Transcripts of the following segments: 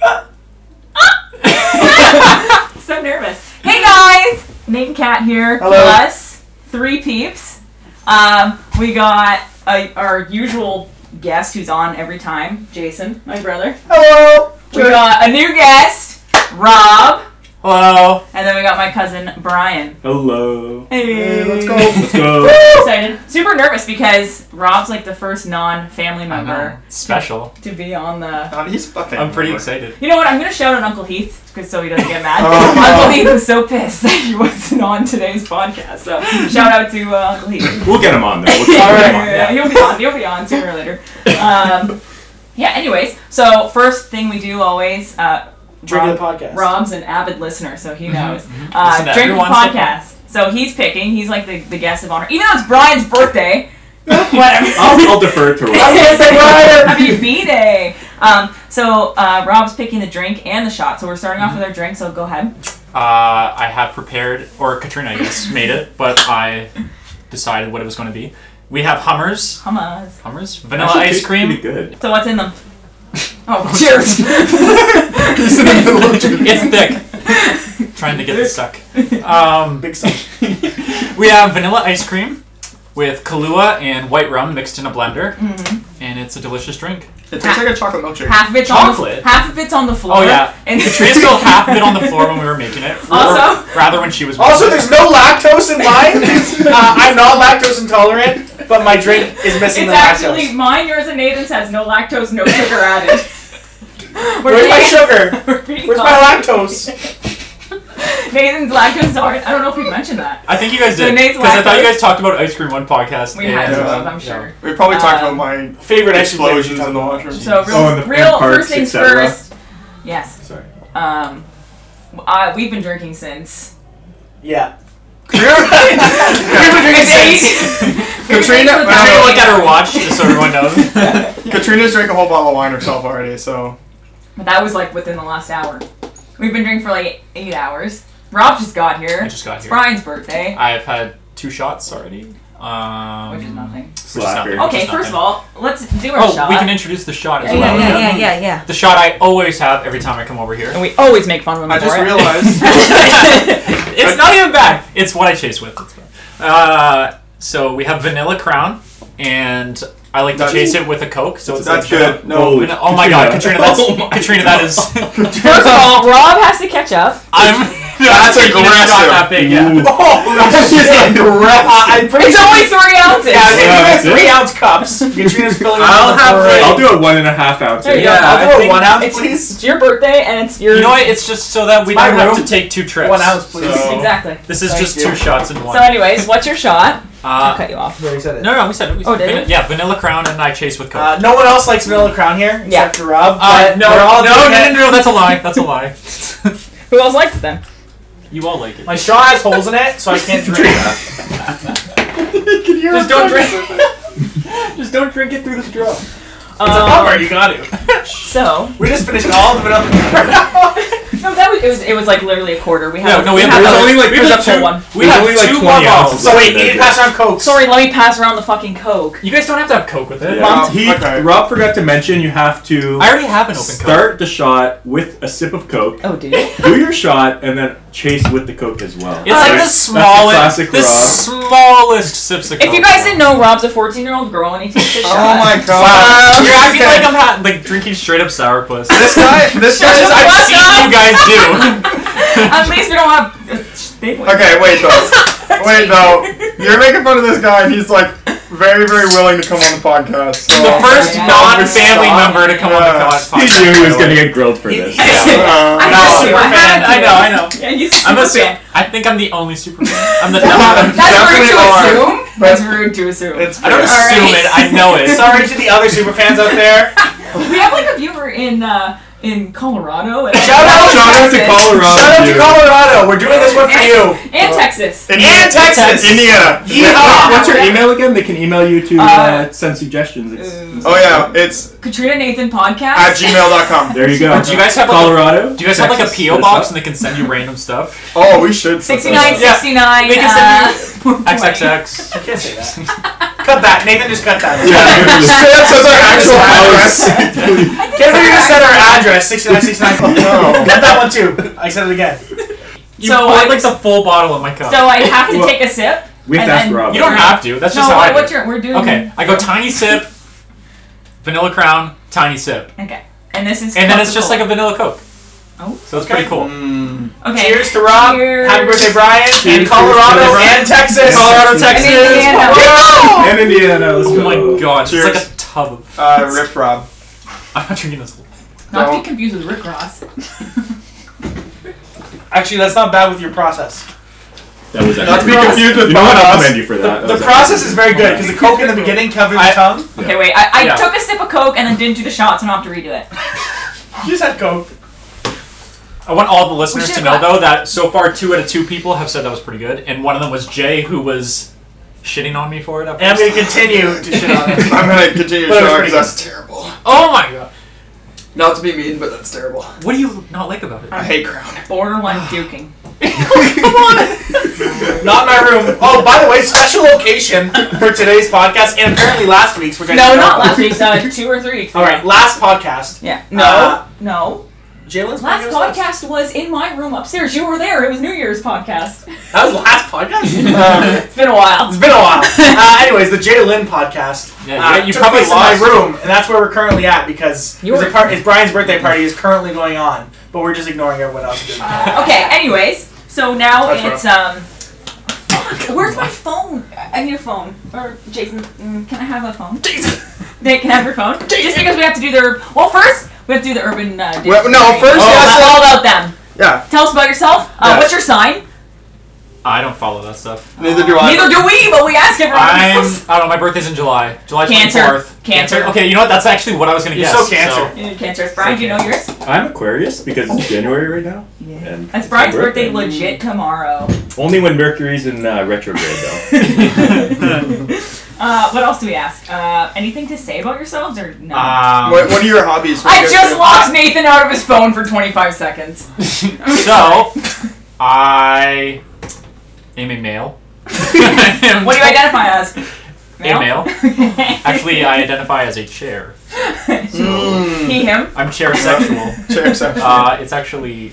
Nate and Kat here, Hello. plus three peeps. Um, we got uh our usual guest who's on every time, Jason, my brother. Hello. We got a new guest, Rob, Hello. and then we got my cousin Brian. Hello. Hey, Hey, let's go. Let's go. Woo! Excited, super nervous because Rob's like the first non-family member Special. to be on the. Um, he's a fan. I'm pretty excited. You know what? I'm gonna shout at Uncle Heath 'cause- so he doesn't get mad. Oh. Uncle Heath was so pissed that he wasn't on today's podcast. So shout out to uh, Uncle Heath. We'll get him on there. We'll get All right, him on. yeah, Yeah. he'll be on. He'll be on sooner or later. Um, yeah. Anyways, so first thing we do always, uh, Trivia Rob- podcast. Rob's an avid listener, so he knows. Listen Uh, to drinking everyone's- podcast. So he's picking. He's like the, the guest of honor, even though it's Brian's birthday. Whatever. I'll, I'll defer to Rob. Happy B Day. Um, so uh, Rob's picking the drink and the shot. So we're starting off with our drink. So go ahead. Uh, I have prepared, or Katrina, I guess, made it, but I decided what it was going to be. We have Hummers. Hummus. Hummers? Vanilla Actually, ice tastes cream. Pretty good. So what's in them? Oh, cheers. He's in the middle of drinking. It's thick. Trying to get this stuck. Um, Big son. we have vanilla ice cream with Kahlua and white rum mixed in a blender, Mhm. and it's a delicious drink. It tastes like a chocolate milkshake. Half of it's on the, Chocolate? half of it's on the floor. Oh, yeah. And Katrina spilled half of it on the floor when we were making it. or Also- rather when she was. Also, there's no lactose in mine. Uh, I'm not lactose intolerant, but my drink is It's missing the actually lactose. mine, yours, and Nathan's has no lactose, no sugar added. We're Where's my being- sugar? we're being Where's my lactose? Nathan's lactose intolerant. I don't know if we mentioned that. I think you guys So did Nate's because I thought you lactose. guys talked about ice cream one podcast. We had and- to Yeah. have, I'm Yeah. sure. We probably talked Um, about my Favorite ice cream flavor explosions you've in the done. washroom. So real, Oh, and the- real and first parks, things et cetera. first. Yes. Sorry. Um, uh, we've been drinking since. Yeah. We've been drinking since. Katrina- since the I don't Everyone know. look at her watch, just so everyone knows. Katrina's drank a whole bottle of wine herself already, so But that was like within the last hour. We've been drinking for like eight hours. Rob just got here. I just got it's here. Brian's birthday, I've had two shots already. Um, which is nothing. slacker. nothing. Okay, just first of nothing. all, let's do our Oh, shot. we can introduce the shot as Yeah, well. yeah, yeah, yeah. The shot I always have every time I come over here. and we always make fun of him I for just it. realized. it's not even bad. It's what I chase with. It's fine. Uh, so we have vanilla crown, and I like to That's- chase it with a coke. So it's That's like, good. No. Vanilla- oh my god, Katrina, that's Katrina. That is. First of all, Rob has to catch up. I'm. That's taking a shot aggressive. That big, yeah. Oh, That's just uh, aggressive. I'm pretty It's sure- only three ounces. Yeah, Yeah, that's I think we have three it. ounce cups. Katrina's filling up I'll the have parade. three. I'll do a one and a half ounce. There you go. Yeah, I'll do a I think one ounce, it's- It's your birthday, and it's your. You know what? It's just so that we It's my don't have room. to take two trips. One ounce, please. So- Exactly. This is Thank just you. two shots in one. So, anyways, what's your shot? I'll uh, cut you off. Very excited. no, no, we said. We said Oh, did vani- it? yeah, vanilla crown and I chase with coke. Uh, no one else likes vanilla crown here except Yeah. for Rob. Uh, but no, we're all no, doing no, it. no, no, that's a lie. That's a lie. Who else likes them? you all like it. My straw has holes in it, so I can't drink. just don't drink. just don't drink it through the straw. Um, you got it. so We just finished all the vanilla crown. no, that was it was it was like literally a quarter. We No, have no, we we have have there's a- only like we have there's a full two- one. We have only, like, two Oh, 20 more ounces. bottles. so wait, you need to pass around Coke. Sorry, let me pass around the fucking coke. You guys don't have to have coke with it. Yeah. Mom- He, Okay. Rob forgot to mention you have to I already have an open coke. start the shot with a sip of Coke, Oh, dude. do your shot, and then chase with the Coke as well. It's like the smallest, classic the Rob. smallest sips of coke. If you guys didn't know, Rob's a 14 year old girl and he takes a Oh shot. Oh Wow. Um, You're acting okay. like I'm ha- like drinking straight up sourpuss. This guy, this guy Shut is. the I've fuck up. seen you guys do. At least we don't have. it's- they- Okay, wait though. Wait though. You're making fun of this guy, and he's like very, very willing to come on the podcast. So. The first Yeah. non-family member to come on the Yeah. podcast. he knew he was gonna get grilled for this. Yeah. Uh, I I'm a know, super I fan. had to. I know, I know. Yeah, you I'm a super super, fan. I think I'm the only Superman. I'm the Yeah. number. That's rude Definitely to are. assume. But- That's rude to assume. it's I don't All right. assume it. I know it. Sorry to the other super fans out there. We have like a viewer in uh, in Colorado. And Shout out- Shout out to Texas. Colorado. Shout out to dude. Colorado. We're doing this one for you. And Texas. And Texas. Indiana. Yeehaw. What's your email again? They can email you to uh, Uh, send suggestions. It's- uh, oh yeah, it's Katrina Nathan podcast. at gmail.com. There you go. Do you guys have like, Colorado? do you guys have like a Texas, PO box Minnesota. and they can send you random stuff? Oh, we should. set that 69, up. 69. They can uh, XXX. Can't say that. Cut that. Nathan just cut that. Yeah, dude, just- that says our actual address. I think Can't so. believe you just said our address, 6969. No. Cut that one too. I said it again. You So poured I- like the full bottle in my cup. so I have to Well, take a sip. We have And to ask then- Rob. you don't No. have to. That's just no, how what, I do. what it. you're, we're doing. Okay, I go tiny sip, vanilla crown, tiny sip, Okay. And this is. and then it's just like a vanilla Coke. Oh, so it's okay. pretty cool. Mm. a. Okay. Cheers to Rob. Happy Cheers. birthday, Brian. Cheers and to Colorado Brian. and Texas. Colorado, And Texas. Indiana. Woo! And Indiana, let's Oh go. my god, it's like Cheers. a tub. Of, Uh, rip Rob. I'm not drinking this. whole- Not to Don't. be confused with Rick Ross. Actually, that's not bad with your process. That was Not to be actually. confused with You know what? I Bob commend you for that. The process is very good because the Coke in the beginning covered the I- tongue. Okay, wait. I, I Yeah. took a sip of Coke and then didn't do the shots, and I'll have to redo it. You just had Coke. I want all the listeners should to know have though that so far two out of two people have said that was pretty good, and one of them was Jay who was shitting on me for it. At And I'm first. going to continue to shit on it. I'm gonna continue But it was showing pretty because that's terrible. oh my god, Not to be mean, but that's terrible. what do you not like about it? I hate Crown. Borderline puking. Not in my room. Oh, by the way, special location for today's podcast and apparently last week's. Which I No, didn't know not about. last week. Uh, two or three. All right, last podcast. Yeah. No. Uh, no. Jalen's Last podcast was in my room upstairs. You were there. It was New Year's podcast. That was last podcast. Um, It's been a while. It's been a while. Uh, anyways, the Jay Lynn podcast. Yeah, uh, you- you took probably place in lost. my room, and that's where we're currently at because You it's, were- a part, it's Brian's birthday party is currently going on, but we're just ignoring everyone else. Doing that. okay. Anyways, so now That's it's um. Fuck, where's my phone? I I need a phone. Or Jason, mm, can I have a phone? Jason, they can I have your phone. Just because we have to do the well, first we have to do the urban. Uh, Well, no, dictionary. first Tell you us have to- all about them. Yeah, Tell us about yourself. Uh, Yes. What's your sign? I don't follow that stuff. neither do I. Neither do we, but we ask everyone. I'm. else. I don't know. My birthday's in July. July Cancer. 24th. Cancer. Okay, you know what? That's actually what I was gonna You're guess. so cancer. You need cancer. Brian, do you know yours? I'm Aquarius because it's January right now. Yeah. And That's it's my Brian's birthday legit tomorrow. Only when Mercury's in uh, retrograde, though. Uh, what else do we ask? Uh, anything to say about yourselves or no? Um, What, what are your hobbies? I just locked Nathan out of his phone for 25 seconds. so, I am a male. I am What do you identify as? A male. Actually, I identify as a chair. Mm. He, him. I'm chair sexual. Chair section. Uh, it's actually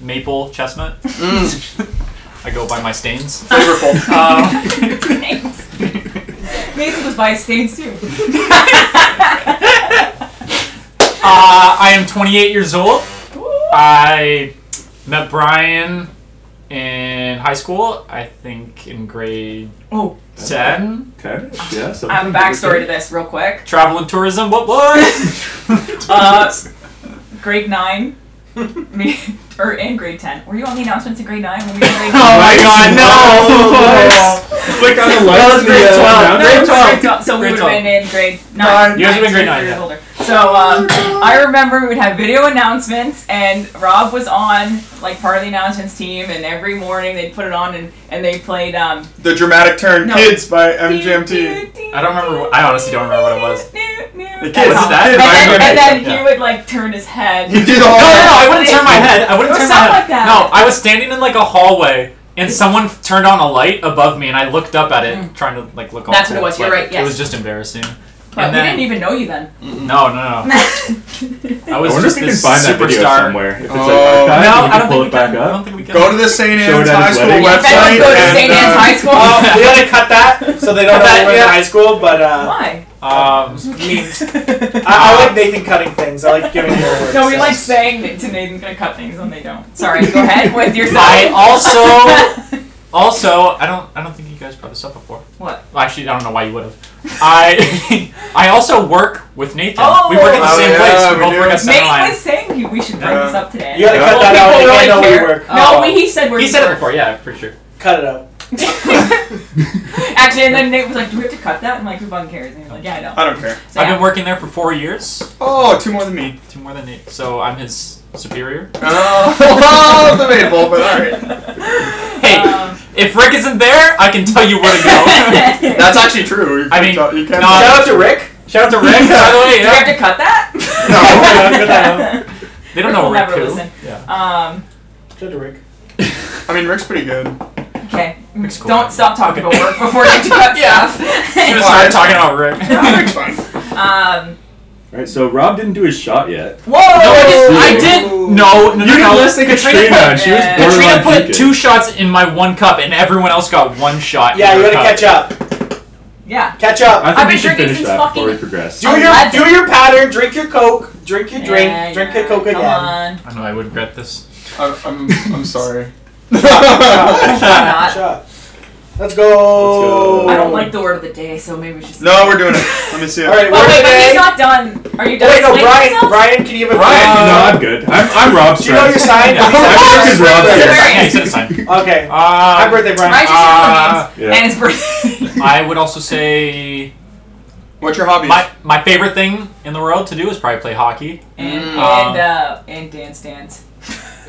maple chestnut. Mm. I go by my stains. Flavorful. Um, Thanks. Nathan goes by stains too. uh, I am 28 years old. I met Brian in high school. I think in grade Oh, 10. Kind of, yeah. something. I have a backstory to this real quick. Travel and tourism. What? What? Uh, grade nine, me or in grade ten. Were you on the announcements in grade nine when we were in grade Oh my God, no. Click on the That lights. was in grade the, uh, No, it was grade 12. down- 12. Grade 12. So we Grade would have 12. been in grade nine. You guys would've been grade so nine, we were yeah. older. So um, I remember we would have video announcements, and Rob was on like part of the announcements team, and every morning they'd put it on, and and they played um. The dramatic turn, No. Kids by MGMT. I don't remember what- I honestly don't remember what it was. The kids, and that? then, and then Yeah. he would like turn his head. He did No, all no, no, that. I wouldn't turn my head. I wouldn't Or turn my something head. like that. No, I was standing in like a hallway and someone f- turned on a light above me and I looked up at it trying to like look all Mm. That's what it cool, was, you're but right, yes. It was just embarrassing. But and we then, didn't even know you then. No, no, no. I I was wonder if just we can this find that video superstar. somewhere. If it's Oh. like archived, No, we I can don't pull think we it back can. I don't up. think we can. Go to the St. Show it Anne's at High his School wedding. If anyone website. go to and, St. Anne's uh, High School, Oh, we gotta cut that so they don't know That- we're yeah. in high school. But uh, why? Um, I, I like Nathan cutting things. I like giving you Uh, words. No, we like saying that to Nathan's gonna cut things when they don't. Sorry, go ahead with your I side. also, also, I don't, I don't think you guys brought this up before. What? Well, actually, I don't know why you would have. I, I also work with Nathan. Oh. we work at the Oh, same yeah, place. We we both do. work at Nate Center Line. was saying you- we should bring Yeah. this up today. You gotta Yeah. cut that out. People They really know we care. work. No, we, he said we're. He said it before. Yeah, for sure. Cut it out. Actually, and then Nate was like, "Do we have to cut that?" I'm like, "Who fucking cares?" And he was like, "Yeah, I know." I don't care. So, I've yeah. been working there for four years, Oh, two more than me. two more than Nate. So I'm his superior. Oh, debatable, but alright. Hey, Um, if Rick isn't there, I can tell you where to go. That's actually true. You I can mean, tell- you can Um, not- Shout out to Rick. Shout out to Rick, by the way. Do we have Yeah. to cut that? No, cut that They don't know We'll Rick never who. listen. Yeah. Um. Shout out to Rick. I mean, Rick's pretty good. Okay. Rick's cool. Don't stop talking about work before you do that Yeah. You just stuff. started talking about Rick. Rick's fine. um. All right, so Rob didn't do his shot yet. Whoa! I did. No, no, no. You didn't no. honestly, Katrina. Katrina, put- and she was Yeah. borderline Katrina put peaking. two shots in my one cup, and everyone else got one shot. yeah, in you their gotta cup. catch up. Yeah. Catch up. I think I've we been should drinking finish since that before we fucking- progress. Do your Eleven. do your pattern. Drink your coke. Drink your drink. Yeah, drink yeah. your coke again. Come on. I know I would regret this. I'm, I'm, I'm sorry. Catch up. Let's Let's go. go. I don't like the word of the day, so maybe we should. No, we're doing it. Let me see it. All right, Oh, word wait, of the but day. he's not done. Are you Oh, done? wait, no, explaining Brian. yourself? Brian, can you give a Brian, no, Uh, I'm good. I'm, I'm Rob's Do you know your sign? Yeah. I think it's Rob's Happy here. Yeah, you said it's fine. Okay. Happy Uh, birthday, Brian's Brian. just Uh, names Yeah. and his birthday. I would also say What's your hobbies? my my favorite thing in the world to do is probably play hockey, and and Mm. uh and dance dance.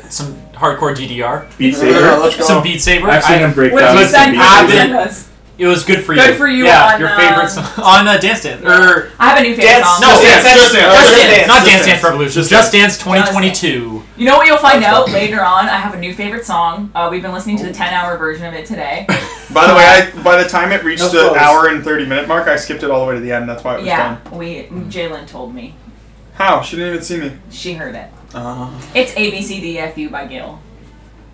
some hardcore GDR, Beat Yeah, Saber. let's go. some Beat Saber. Oh, I've seen I- him break What down. did you was some send? Beat What did you Saber. send us? It was good for you. Good for you Yeah, on, your favorite um, song on uh, Dance Dance or I have a new favorite Dance- song. no, Just Dance, Just Dance, Just Dance, Dance, Just Dance, not Just Dance Dance. Dance Revolution, Just Just Dance 2022. You know what you'll find out later on? I have a new favorite song. Uh, we've been listening to the 10 hour version of it today. By the way, I by the time it reached No the clothes. hour and thirty minute mark, I skipped it all the way to the end. That's why it was yeah, done. we Jalen told me. How? She didn't even see me. She heard it. Uh, It's ABCDFU E by Gil.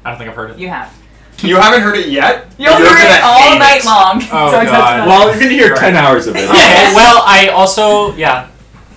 I don't think I've heard it. You have. you haven't heard it yet. You'll You're hear gonna it all hate night it. long. Oh, so it's God. fun. Well, you're gonna hear Right. ten hours of it. Yeah. Okay, well, I also yeah.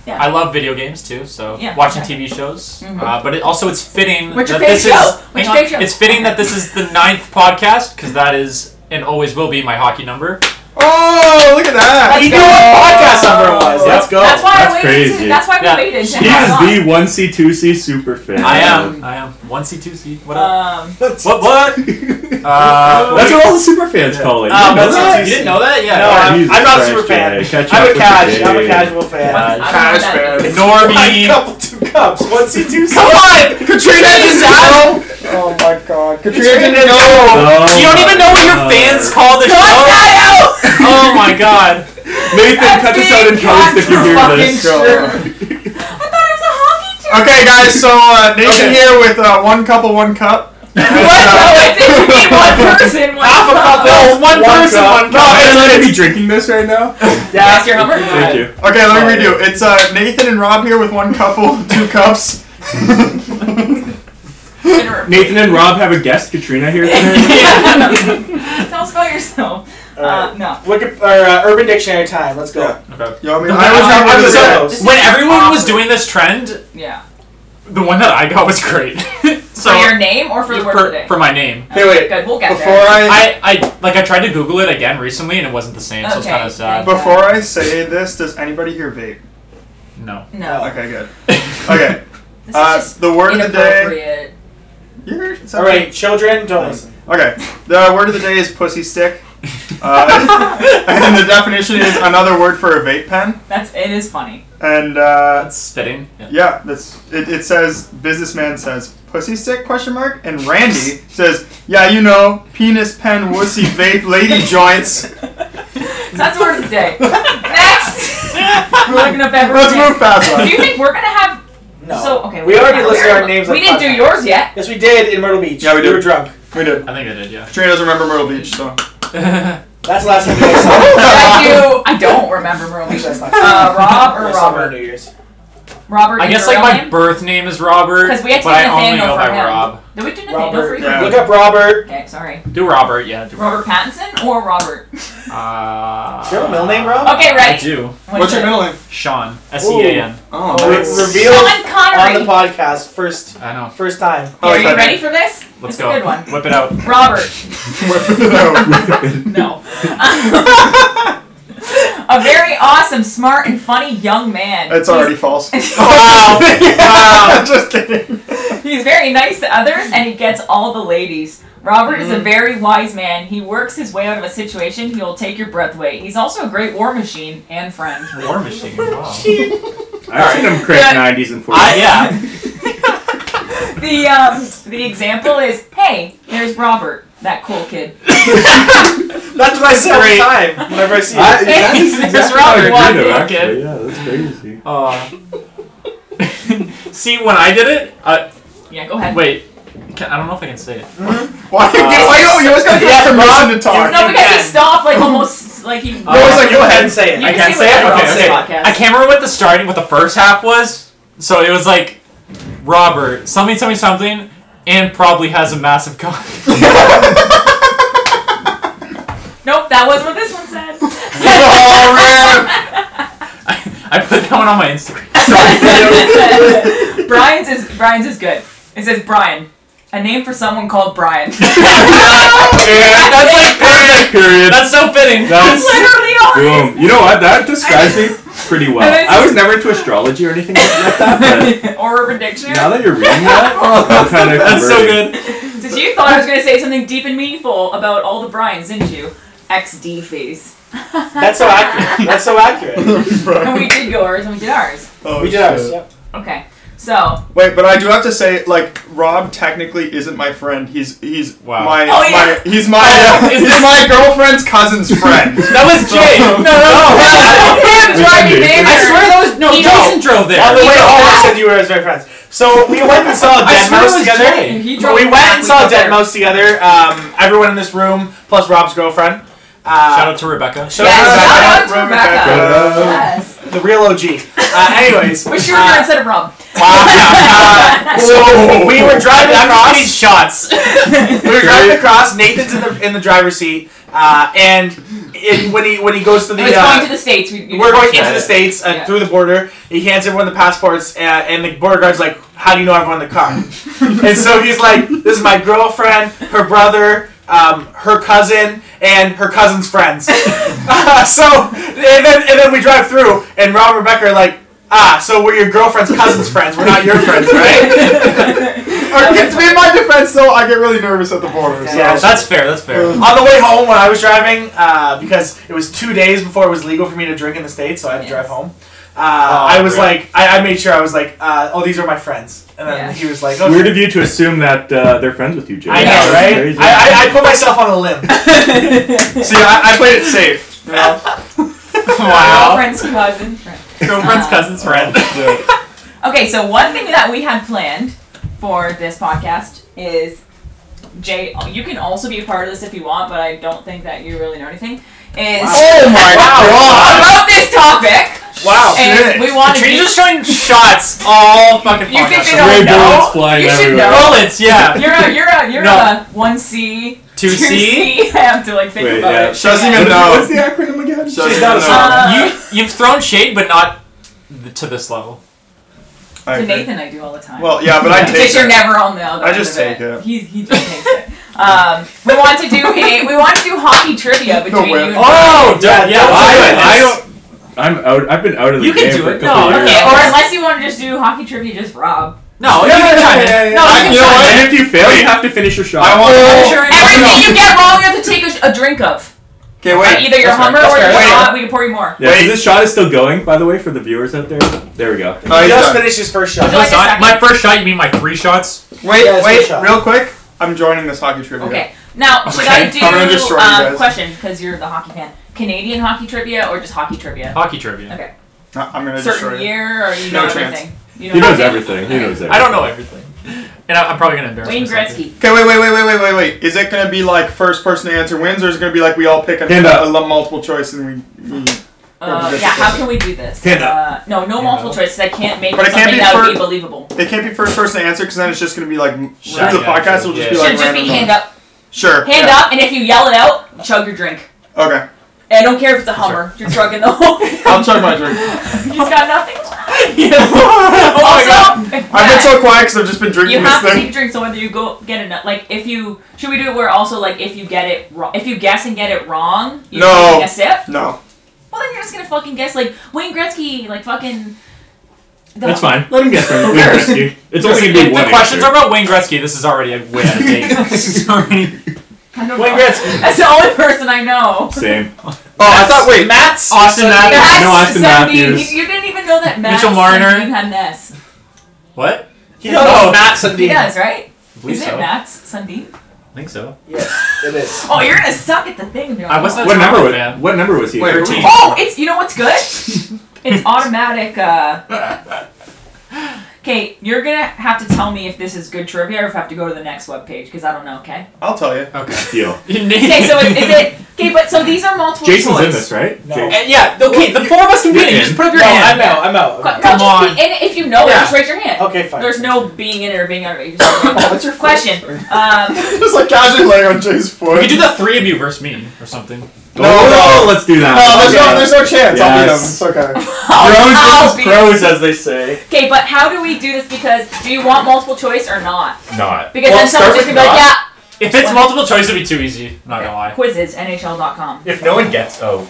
Yeah. I love video games too, so Yeah, watching okay. TV shows. Mhm. Uh, but it, also, it's fitting What's your that this favorite is. show? What's hang your on, favorite It's show? fitting that this is the ninth podcast because that is and always will be my hockey number. Oh, look at that. Let's You knew what go. podcast number it was. Let's go. That's why That's I waited. crazy. To, that's why we Yeah. waited. To He have is it the one C two C super fan. I am. I am one C two C. What up? on. Um, what what? Uh, Oh, That's what all the super fans call it. You Uh, know what's that? it- you didn't know that? Yeah. No, I'm- Jesus I'm not a Christ, super fan. Jay, catch I'm up a with cash. the I'm a game. casual fan. Uh, I don't know Cash what that bag. is. One Normie. couple, two cups. One C, two C. Come on, Katrina just out. Oh my god, Katrina Katrina didn't know. Oh You don't even know what your my fans God. call the show. Oh my god. Nathan, cut this out in post if you hear fucking this. sure. I thought it was a hockey team. Okay, guys. So uh, Nathan Okay. here with uh, one couple, one cup. What? No, it should be one person. One Half a cup. couple. No, one One person, cup. one cup. Am I It's- gonna it's- be drinking this right now? Yeah. That's your number? Thank you. Okay, let me redo. It's uh, Nathan and Rob here with one couple, two cups. Nathan and Rob have a guest, Katrina, here tonight. Don't spell yourself. Uh, no. Wiki, or, uh, Urban Dictionary time. Let's go. You want me? I was I trying to was do uh, that. When everyone was doing this trend, Yeah. the one that I got was great. so For your name or for the word of the for, day? for my name. Hey, wait. Good. We'll get Before there. I, I, I like I tried to Google it again recently and it wasn't the same, so it's Okay, kind of sad. thank before I say this, does anybody here vape? No. no. Okay, good. Okay, This is uh, just the word of the day. inappropriate. You heard something? All right, children, don't listen. Okay, the word of the day is pussy stick. Uh, and the definition is another word for a vape pen. That's it is funny. And uh, That's fitting. Yeah. yeah, that's it, it. says businessman says pussy stick question mark, and Randy says yeah, you know, penis pen wussy vape lady joints. That's the word of the day. Next. I'm looking up Let's everything. move past Do that. you think we're gonna have? No. So okay. we already listed our we- names. We on didn't do podcast. yours yet. Yes, we did in Myrtle Beach. Yeah, we did. were drunk. We did. I think I did, yeah. Trina doesn't remember Myrtle Beach, so. That's the last time we saw. I do. I don't remember Merle. Actually, that's not true. Uh, Rob or Last time we were in Robert? New Year's. Robert. I is guess your like real my name? birth name is Robert, Because we had to but I take only Nathaniel know by from him. Rob. Did we do Nathaniel Robert, for you? yeah. Look up Robert. Okay, sorry. Do Robert, yeah. Do Robert Pattinson or Robert? Uh, Do you have a middle name, Rob? Okay, I ready? do. What's your middle name? Sean. S E A N. Oh, Re- nice. reveal Sean on the Connery. podcast first I know. first time. I Are like you that ready name. for this? Let's It's a go. good one. Whip it out. Robert. No. a very awesome, smart, and funny young man. It's already false. Wow. wow. Just kidding. He's very nice to others and he gets all the ladies. Robert Mm-hmm. is a very wise man. He works his way out of a situation. He will take your breath away. He's also a great war machine and friend. War machine. Wow. I've seen him crank Yeah. 90s and 40s. I, yeah. The um, the example is, hey, there's Robert, that cool kid. That's what I say every Great. time whenever I see I- you. that is There's exactly how I Robert agree, walking. though, Okay. actually. Yeah, that's crazy. Uh, see, when I did it, uh, Yeah, go ahead. wait. Can, I don't know if I can say it. Why, why you, you always gotta give us permission to talk? No, because he Again. stopped like almost like he. You're always like, go ahead. and say it. You Uh, I can can't say say it. whatever Okay, on this okay. podcast. I can't remember what the starting, what the first half was. So it was like Robert something something something, and probably has a massive cock. Nope, that wasn't what this one said. I put that one on my Instagram. Brian's is Brian's is good. It says Brian, a name for someone called Brian. That's like perfect. Period. That's so fitting. That's- Literally all. Boom. You know what? That describes me pretty well. And I I was never into astrology or anything like that, or urban but now dictionary. that you're reading that, I'm kind of That's so good. Did you thought I was gonna say something deep and meaningful about all the Brian's, didn't you? XD phase. That's so accurate. That's so accurate. And we did yours and we did ours. Oh, We did ours. Yep. Okay. So Wait, but I do have to say, like, Rob technically isn't my friend. He's he's Wow. my, Oh, yeah. my he's my Oh, is he's this- my girlfriend's cousin's friend. That was Jay. No, No, no. him We can do. driving there. I swear that was no. He no. Jason drove there. On the way He home, I drove. said you were his very friends. So we went and saw I Dead swear it Mouse was together. Jay. He But drove we went back, and saw drove Dead there. Mouse together. Um, everyone in this room plus Rob's girlfriend. Uh, Shout out to Rebecca. Shout Yes, Rebecca. shout out to Rebecca. Rebecca. Yes. the real OG. Uh, anyways, Wish you were here uh, instead of Rob. uh, so Oh. we were driving I'm just across. getting shots. We were driving across. Nathan's in the in the driver's seat, uh, and it, when he when he goes to the I was uh, going to the states. We, we we're going yeah. into the states uh, Yeah. through the border. He hands everyone the passports, uh, and the border guard's like, "How do you know everyone in the car?" and so he's like, "This is my girlfriend, her brother, um, her cousin, and her cousin's friends." Uh, so and then and then we drive through, and Rob and Rebecca are like. Ah, so we're your girlfriend's cousin's friends. We're not your friends, right? Or, to be in my defense, though, I get really nervous at the border. So. Yeah, That's fair. That's fair. On the way home, when I was driving, uh, because it was two days before it was legal for me to drink in the states, so I had to Yes. drive home. Uh, Oh, I was great. like, I, I made sure I was like, uh, oh, these are my friends, and then Yeah. he was like, It's weird okay. of you to assume that uh, they're friends with you, Jay. I know, Yeah, right? I, I, I put myself on a limb. See, I, I played it safe. you know? Wow. Girlfriend's cousin. friend. Girlfriend's cousin's friend. Okay, so one thing that we had planned for this podcast is Jay. You can also be a part of this if you want, but I don't think that you really know anything. Is Oh my god! about this topic. Wow. And we want to Katrina's be. just showing shots all fucking You think podcast. they don't Ray bullets know? flying You should everywhere. know. Bullets, yeah. You're a you're a you're No. a one C 2C? I have to like think Wait, about yeah. it. She doesn't Yeah. even know. uh, What's the acronym again? Shut She's it not a down. slut. Uh, You, you've thrown shade, but not th- to this level. I to agree. Nathan, I do all the time. Well, yeah, but I take Because you're it. never on the other. I just end of take it. He, he just takes it. Um, we want to do a, we want to do hockey trivia between you. way. And Oh, Yeah, yeah. don't I, do it. I don't. I'm out. I've been out of the You can game do for it. a couple No, years. Okay, or unless you want to just do hockey trivia, just Rob. No, you Yeah, can yeah, chime yeah, in. yeah, No, yeah. you can chime in. And if you fail, you have to finish your shot. I want. Everything you get wrong, you have to take a, sh- a drink of. Okay, Right, wait. Either your That's fair, Hummer that's or your fair. Wait. shot. We can pour you more. Yeah, so Wait. this shot is still going, by the way, for the viewers out there. There we go. Oh, He he's just done. finished his first shot. Would you like- Just a second. on- my first shot, you mean my three shots? Wait, Yeah, it's wait, my shot. real quick. I'm joining this hockey trivia. Okay. Now, should Okay, I do I'm gonna just throw you um, guys. question because you're the hockey fan? Canadian hockey trivia or just hockey trivia? Hockey trivia. Okay. No, I'm gonna destroy Certain you. year or you know No chance. everything? You know He knows everything. He knows everything. I don't know everything. And I, I'm probably going to embarrass Wayne myself. Gretzky. Okay, wait, wait, wait, wait, wait, wait, wait. Is it gonna be like first person to answer wins, or is it gonna be like we all pick a, Hand a, up. lo- multiple choice and we? we Uh, Represent yeah, the how can we do this? Hand up. Uh, no, no Hand multiple up. choices. I can't make But it something can't be that would for- be believable. it can't be first person to answer because then it's just gonna be like m- through Right. the podcast. It'll just be Yeah. like Should just be random. hand up, Sure. hand yeah. up, and if you yell it out, chug your drink. Okay. And I don't care if it's a Hummer. You're chugging the whole. I'll chug my drink. He's got nothing. oh my also, god. I've been so quiet because I've just been you drinking this have to thing. take drinks, so whether you go get it, like if you should we do it where also like if you get it wrong, if you guess and get it wrong, you No. take a sip. No. Well, then you're just gonna fucking guess like Wayne Gretzky, like fucking. the- That's fine. Let him guess. Who cares? It's only gonna If be one. the questions answer. are about Wayne Gretzky, this is already a way out of date. Sorry. I don't Wayne know. Gretzky. That's the only person I know. same. Oh, I thought. Wait. Matt's Austin Matthews. Matt's No, Austin 17. Matthews. You, you didn't even know that Matt Mitchell Marner. had an S. What? He knows No. Matt Sundin. He does, right? I believe Is it so. Matt's Sundin? I think so. Yes, it is. Oh, you're gonna suck at the thing. if you don't I wasn't- know. What number? Man. Was, what number was he? Wait, Thirteen. what? Oh, it's you know what's good? it's automatic. uh Okay, you're gonna have to tell me if this is good trivia or if I have to go to the next webpage because I don't know. Okay. I'll tell you. Okay. Deal. Okay, so is, is it Okay, but so these are multiple Jason's choice. in this, right? No. Ja- And yeah, okay, the four of us can You're beat it. in. Just put up No, your hand. I'm out. I'm out. Qu- no, Come just on. be in it if you know it. Yeah. Oh. Just raise your hand. Okay, fine. There's no being in it or being out of it. You just raise your hand. what's your question? Um, Just like casually laying on Jay's foot. We could do the three of you versus me or something. No, No. let's do that. No, there's Yeah. no, there's no chance. Yes. I'll beat him. It's okay. I'll Pros be- versus pros, as they say. okay, but how do we do this? Because do you want multiple choice or not? Not. Because Well, then someone's start just with gonna be like, yeah, If it's multiple choice, it'd be too easy. not gonna lie. quizzes nhl.com. If no one gets, oh,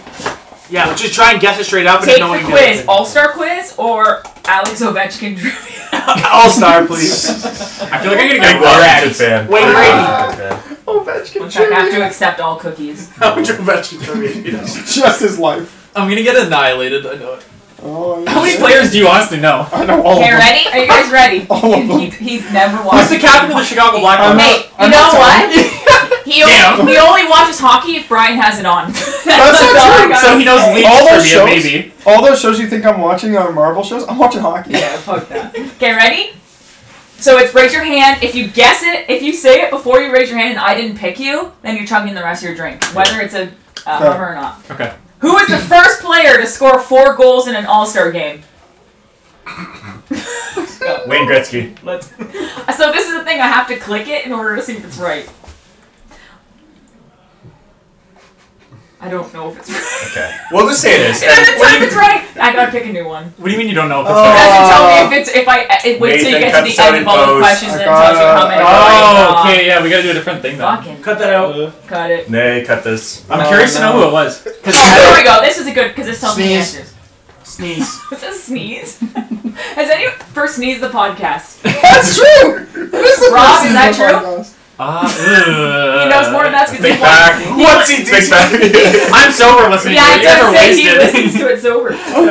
Yeah, just try and guess it straight up. And Take no one the can quiz, All Star quiz or Alex Ovechkin trivia. All star, please. I feel like I'm gonna big get Washington wrecked. fan. Wait, Big Brady. Washington fan. Ovechkin Which I have to trivia. accept all cookies. How would you imagine doing it? Just his life. I'm gonna get annihilated. I know it. Oh, How many yeah. players do you honestly know? I know all Okay, of them. ready? Are you guys ready? All of them. He, he's never Who's watched. the captain of the Chicago I'm Blackhawks? not- Hey, you I'm know not what? telling. He Damn. only, he only watches hockey if Brian has it on. That's, not all I true. gotta So he knows say. league All those trivia, shows? maybe. All those shows you think I'm watching are Marvel shows? I'm watching hockey. Yeah, fuck that. Okay, ready? So it's raise your hand. If you guess it, if you say it before you raise your hand and I didn't pick you, then you're chugging the rest of your drink, whether it's a uh, Okay. cover or not. Okay. Who was the first player to score four goals in an All Star game? Go. Wayne Gretzky. Let's. So this is the thing. I have to click it in order to see if it's right. I don't know if it's right. Okay. We'll just say it is. And at the time it's right, I gotta pick a new one. What do you mean you don't know if it's Oh. right? doesn't tell me if it's if I it waits till you Nathan get to cuts the out end in of all the post. questions and I it tells you how many. gotta- Oh, okay, yeah, we gotta do a different thing then. Fucking Cut that out. Uh, cut it. Nay, cut this. I'm No, curious to no. know who it was. Oh, there we go. This is a good because this tells me the Sneeze. answers. Sneeze. Is this a sneeze? Has anyone first sneeze the podcast? That's true. That is the Rob, first is that season of true? Podcast. Ah, He he knows more than us because Big he's watching. back. What's he doing? Big back. I'm sober listening Yeah, to I it. did You say he guys are listens wasted. to it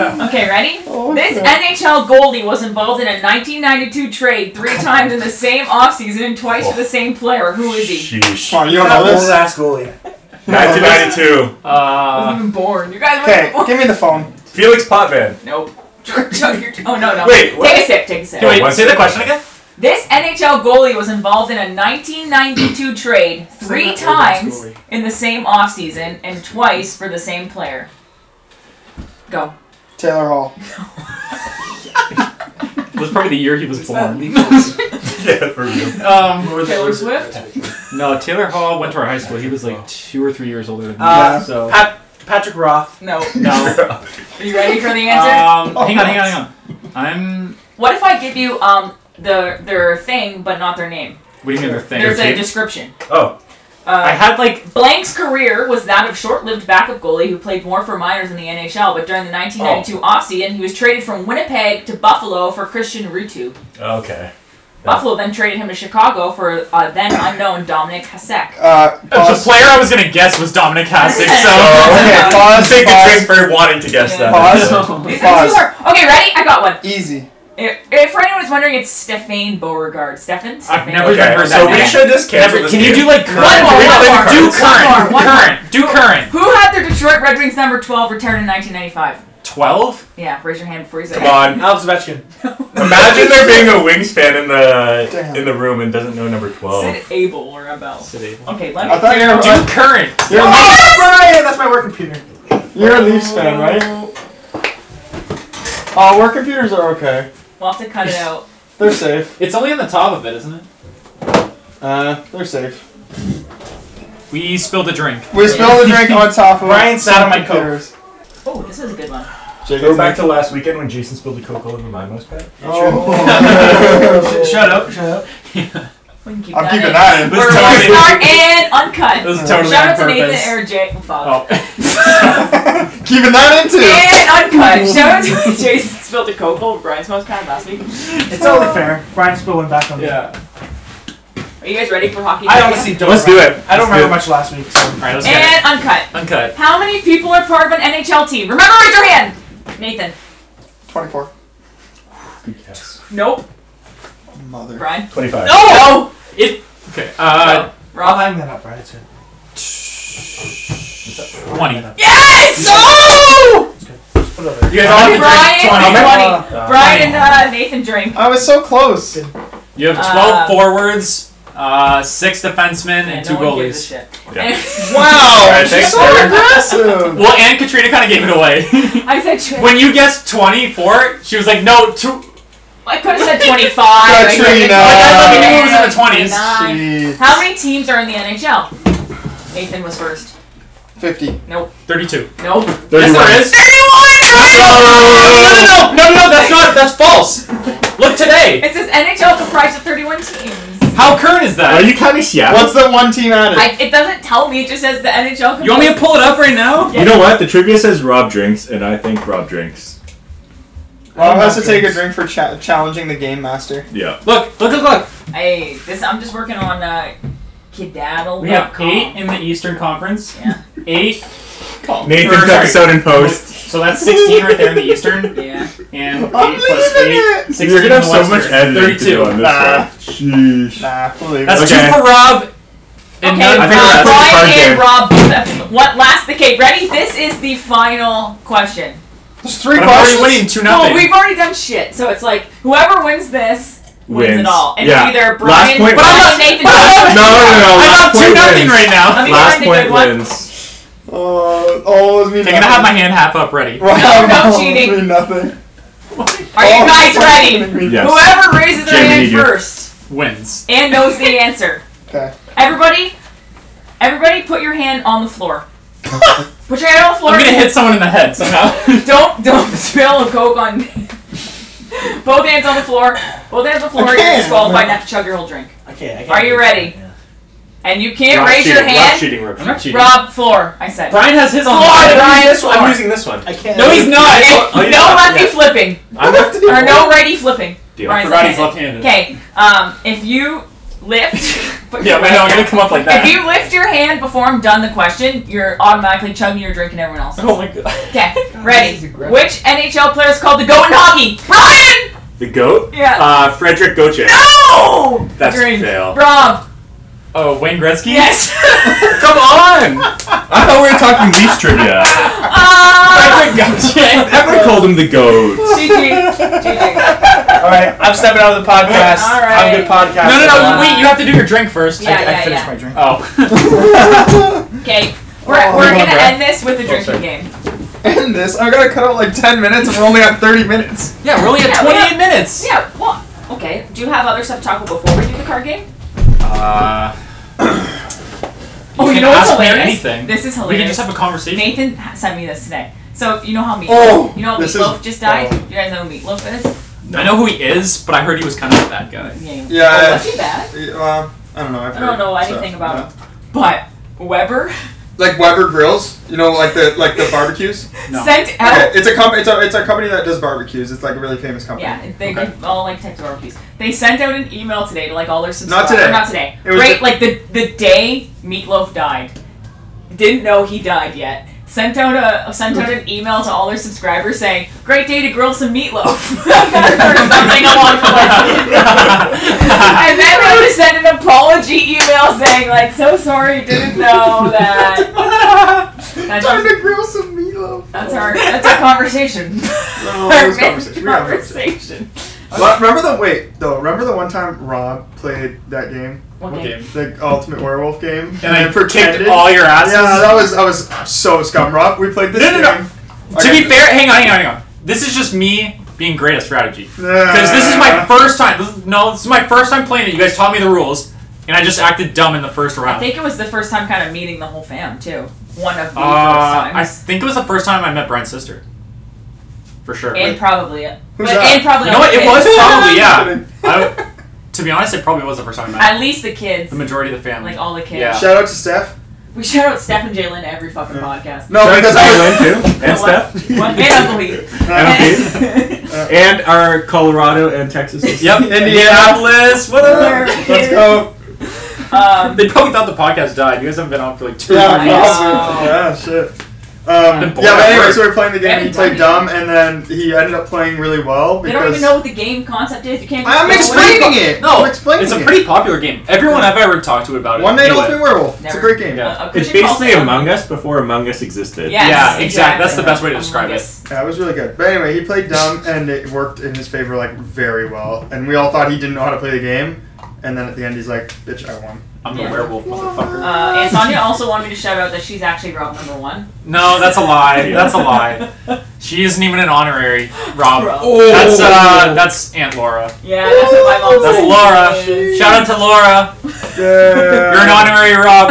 sober. Okay, ready? Oh, This okay. NHL goalie was involved in a 1992 trade three times in the same offseason and twice for the same player. Who is he? Sheesh. Oh, you don't know this? ass goalie. 1992. Wasn't Uh, even born. You guys Okay, weren't even born. give me the phone. Felix Potvin. Nope. Chug- chug your- oh no no. Wait, what? Take a sip. Take a sip. Do it. wait, say the question again? This NHL goalie was involved in a 1992 trade three Isn't that old ass times goalie? in the same offseason and twice for the same player. Go. Taylor Hall. It was probably the year he was Is that born. legal? Yeah, for real. Um, Taylor Swift? no, Taylor Hall went to our high school. He was like two or three years older than me. Uh, so. Pat- Patrick Roth. No. No. Are you ready for the answer? Um, hang on, hang on, hang on. I'm. what if I give you um the their thing but not their name? What do you mean the thing? There's a team? description. Oh, I Uh, had like. Blank's career was that of short-lived backup goalie who played more for minors in the NHL, but during the 1992 offseason, he was traded from Winnipeg to Buffalo for Christian Rutu. okay. Buffalo then traded him to Chicago for uh, then unknown Dominic Hasek. Uh, The pause. player I was gonna guess was Dominic Hasek, so. Okay, I'm pause, taking a pause, drink for wanting to guess that. Pause. These are too Pause. hard. Okay, ready? I got one. Easy. If, if for anyone was wondering, it's Stephane Beauregard. Stefan? Stefan? never Okay, heard so that we name. should just cancel Never- this can you game. do like One current? more, Can we one play more. the Do One cards? current. more, one more. current. Do current. Who had their Detroit Red Wings number 12 returned in 1995? 12? Yeah, raise your hand before you say Come it. on. Alex Ovechkin. Imagine there being a Wings fan in the Damn. in the room and doesn't know number twelve. Sid Abel or a bell. Okay, let me. I thought you Do were, current. you're, a Leafs- Oh, Brian! That's my work computer. you're a Leafs fan, right? Uh, work computers are okay. We'll have to cut it out. They're safe. It's only on the top of it, isn't it? Uh, they're safe. We spilled a drink. We spilled the drink on top of Brian sat on some my Coke. computers. Oh, this is a good one. Go back to last weekend when Jason spilled a Coke all over my mouse pad. Oh. Shut up, shut up. We can keep I'm that keeping in. that in. We're gonna totally- start and uncut. It was totally Shout on out to purpose. Oh. Nathan or Jay. Fuck. Keeping that in too. And uncut. Shout out to Jason spilled a coke over Brian's most pad last week. It's only fair. Brian Spill went back on me. Yeah. Are you guys ready for hockey? I trivia? honestly don't Let's do remember. it. I don't Let's remember do much last week, so. Alright, let's get it. And uncut. Uncut. How many people are part of an NHL team? Remember, raise your hand. Nathan. 24. Good guess. Nope. Mother. Brian. Twenty-five. No. It. Okay. Uh. I'll Rob. hang that up, Brian. It's good. Twenty. Yes. Oh. Put it over there. You guys all have to drink Brian. twenty. Brian and uh, Nathan drink. I was so close. You have Uh, twelve forwards. Uh, six defensemen Yeah, and no two one gives a goalies. shit. Yeah. And- Oh, Wow, Alright, she's thanks, so Sarah. aggressive. Well, and Katrina kind of gave it away. I said tw- when you guessed 24, she was like, no, two. I could have said 25. I could've- Katrina. I I could've- knew it was in the 20s. Nine. Jeez. How many teams are in the NHL? Nathan was first. 50. Nope. 32. Nope. Yes, there is. No, no, no, no, no, that's not, that's false. Look today. It says NHL comprised of 31 teams. How current is that? Are you kind of What's shabby? the one team added? I, it doesn't tell me. It just says the NHL. you want me to pull it up right now? You know what? The trivia says Rob drinks, and I think Rob drinks. Rob has to take a drink for cha- challenging the game master. Yeah. Look, look, look, look. Hey, this I'm just working on uh, Kedaddle. We have eight in the Eastern Conference. Yeah. Eight. Nathan Or, sorry, cups out in post. So that's 16 right there in the Eastern. Yeah. And 8 I'm plus leaving 8. it. 16 You're gonna have in so Western. much editing to 32. do on this Nah. one. Sheesh. Nah, believe Uh, That's it. Okay. two for Rob. And Okay, none I uh, think for that's us. the Brian card and game. Rob, both have- what last the cake? Ready? This is the final question. There's three But I'm already winning questions. 2 No, nothing. we've already done shit, so it's like whoever wins this wins, it Wins. all. And Yeah. it's either Last Brian, point Brian, wins. Nathan. But I No, no, Johnson. no. I'm Last up 2 point nothing wins. right now. Let me Last find a point good one. wins. Oh, always me I'm gonna have my hand half up ready. Rob, No, no always cheating. me nothing. Are you Always guys ready? me Yes. Whoever raises their Jamie, hand you do. first Wins. and knows the answer. Okay. Everybody, everybody, put your hand on the floor. put your hand on the floor. I'm gonna hit someone in the head somehow. Don't don't spill a coke on me. Both hands on the floor. Both hands on the floor. You're can't. disqualified not to chug your whole drink. Okay, I can't Are you ready? Yeah. And you can't Rob's raise your cheating, Rob's hand. cheating, Rob's I'm not cheating. Rob, floor. I said. Brian has his on. Floor, the Brian, This one, floor. I'm using this one. cheating. I can't. No, he's not. Okay, Oh, you no have- lefty yeah. flipping I'm not to do or no righty flipping. Deal. Brian's Forgot he's left-handed. left-handed. Okay, um, if you lift, put Yeah, your but no, hand I'm gonna down. come up like that. If you lift your hand before I'm done the question, you're automatically chugging your drink and everyone else. Oh my god. Okay, ready. this is aggressive. Which NHL player is called the goat in hockey? Brian. The goat? Yeah. Uh, Frederick Gauthier. no. That's Green. fail. Rob. Oh, Wayne Gretzky? Yes. Oh Come on! I thought we were talking least trivia. Ah. Gotcha. Everyone called him the goat. GG. GG. All right, I'm stepping out of the podcast. All right. I'm a good podcast. No, no, no. Uh, Wait, you have to do your drink first. Yeah, yeah, finished yeah. my drink. Oh. Okay, we're, Oh, we're hold on, gonna Brad. end this with a drinking sorry. game. End this. I gotta cut out like 10 minutes and we're only at 30 minutes. yeah, we're only at Yeah, we 28 have- minutes. Yeah. Well. Okay. Do you have other stuff to talk about before we do the card game? Uh, Oh, you can know what's ask me hilarious? anything. This is we hilarious. can just have a conversation. Nathan ha- sent me this today. So you know how meatloaf? Oh, you know how this meatloaf is- just died. oh. You guys know who meatloaf is? I know who he is, but I heard he was kind of a bad guy. Yeah. you- Yeah, Oh, I- was he bad? Yeah, Well, I don't know. I've I don't heard, know so, anything about yeah. him. But Weber Like Weber Grills, you know, like the like the barbecues. No. sent Okay, out. it's a company. It's a it's a company that does barbecues. It's like a really famous company. Yeah, they Okay. give all like types of recipes. They sent out an email today to like all their subscribers. today. Or not today. It was right, the- like the the day Meatloaf died. Didn't know he died yet. Sent out a sent out an email to all their subscribers saying, "Great day to grill some meatloaf." or something along the lines. and then I would send an apology email saying like, "So sorry, didn't know that." That's, Time to grill some meatloaf. Oh, that's our that's our conversation. No, Oh, it was Our main conversation. We have conversation. conversation. Well, remember the wait though. Remember the one time Rob played that game, Okay. the Ultimate Werewolf game, And I kicked pretended- all your asses. Yeah, that was I was so scum. Rob, we played this No, no, game. no. to be fair, hang on, hang on, hang on. This is just me being great at strategy. Because this is Uh. my first time. This, is- no, this is my first time playing it. You guys taught me the rules, and I just acted dumb in the first I round. think it was the first time kind of meeting the whole fam too. One of the uh, first I times. think it was the first time I met Brian's sister. For sure. and probably it. Who's but, that? And probably You know all what? the It was kids. probably Kidding. yeah. I- to be honest, it probably was the first time I met At least the kids. the majority of the family. Like all the kids. Yeah. Shout out to Steph. We shout out Steph and Jalen every fucking podcast. No, because I Sorry, Glenn, too. What? And Steph. What? And Uncle Lee. And And our Colorado and Texas. listeners. Yep. Indiana. Indianapolis. What up? Let's go. Um, They probably thought the podcast died. You guys haven't been on for like two Yeah, I months. know. Rob. Yeah, shit. Been Um, yeah, bored but at anyway, work. so we we're playing the game. Every He played time. dumb, and then he ended up playing really well they because don't even know what the game concept is. You can't. I'm just go in. explaining it. No, I'm explaining It's a it. pretty popular game. Everyone I've ever talked to about it. one night knew it. ultimate werewolf. It's Never. a great game. Yeah. Uh, It's Christian calls basically it- Among Us before Among Us existed. Yes, Yeah, exact- that's the best way to describe Among it. Us. Yeah, it was really good. But anyway, he played dumb, and it worked in his favor like very well. And we all thought he didn't know how to play the game, And then at the end, he's like, "Bitch, I won." I'm Yeah. a werewolf, motherfucker. Uh, and Sonya also wanted me to shout out that she's actually Rob number one. No, that's a lie. That's a lie. She isn't even an honorary Rob. Rob. Oh. That's uh, that's Aunt Laura. Yeah, that's what my mom That's said. Laura. Shout out to Laura. Yeah. You're an honorary Rob.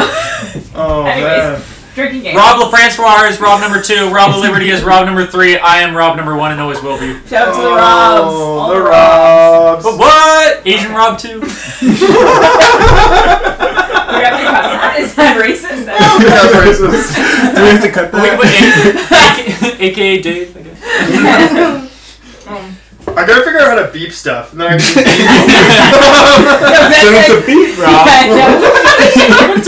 Oh Anyways. man. Drinking game. Rob LaFrancois is Rob number two. Rob of Liberty is Rob number three. I am Rob number one and always will be. Shout out to the Oh, Robs. All The Robs. Robs. But what? Asian Rob two. We have to cut that. Is that racist? That's racist. Do we have to cut We can put that? A- AKA Dave. I guess. I gotta figure out how to beep stuff. And then I can Send him to Pete, Rob. like, What's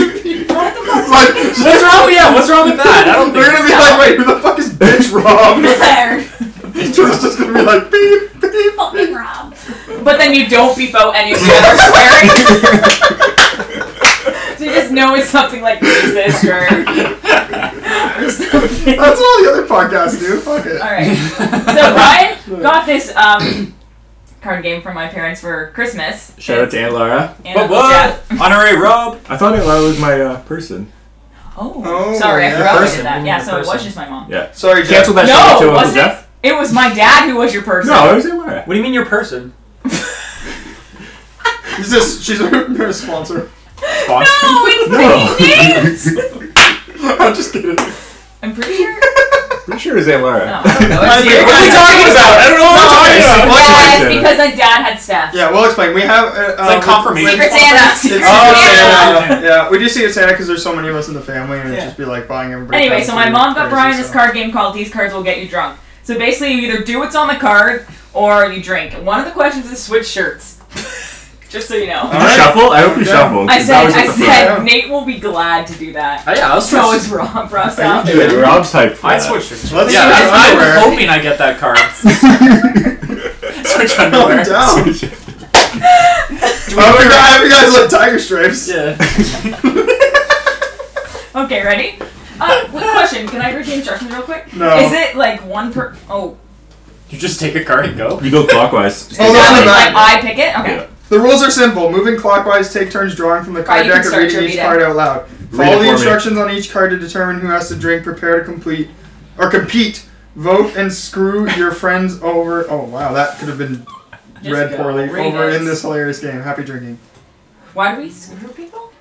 wrong? Yeah, what's wrong with that? I don't they're think. gonna be like, wait, who the fuck is bitch Rob? It's just gonna be like beep beep. Fucking Rob. But then you don't beep out any of the other swearing. so you just know it's something like racist or, or something. That's all the other podcasts do. Fuck it. Alright. So Brian got this um, card game from my parents for Christmas. Shout out to Aunt Laura. And But Uncle what? Jeff. Honorary Rob. I thought Aunt Laura was my uh, person. Oh, Oh, sorry, I yeah. forgot we Person, did that. Yeah, the so it was person. just my mom. Yeah. Sorry, Jeff. Cancel that No, shout out to Uncle wasn't it? Jeff. It Oh, was my dad who was your person. No, it was Aunt Laura. What do you mean your person? She's just she's a sponsor. No, it's No. my names. I'm just kidding. I'm pretty sure. Pretty sure it was Aunt Laura. No, I don't know. It's your- What are we talking about? I don't know what we're talking about. Guys, Yeah. because my dad had staff. Yeah, we'll explain. We have uh, It's like um, confirmation. Oh, Secret Santa. It's Secret Secret Santa. Santa. Yeah, we do Secret Santa because there's so many of us in the family, and it'd Yeah. just be like buying everybody. Anyway, so cards my and mom got crazy Brian this stuff. card game called "These Cards Will Get You Drunk." So basically, you either do what's on the card or you drink. One of the questions is switch shirts. Just so you know. Did you shuffle? I hope you Yeah. shuffled. I 'cause said, was at I the said, front. Nate will be glad to do that. Oh, yeah, I was So is Rob. Rob's out. front. Dude, Rob's type. For I that. switched it. Let's yeah, switch that's, underwear. I'm hoping I get that card. switch underwear. Calm down. Switch it. Oh, we got- have you guys like tiger stripes? Yeah. Okay, ready? Uh, wait, question. Can I read the instructions real quick? No. Is it like one per? Oh, You just take a card and go. You go clockwise. Oh, is no, that no, like, no. like I pick it? Okay. Yeah. The rules are simple: moving clockwise, take turns drawing from the Right, card you can deck, and start reading to each read it. card out loud. Read it Follow for the me. instructions on each card to determine who has to drink. Prepare to complete or compete. Vote and screw your friends over. Oh wow, that could have been Just read go. poorly. Read over it. in this hilarious game. Happy drinking. Why do we screw people?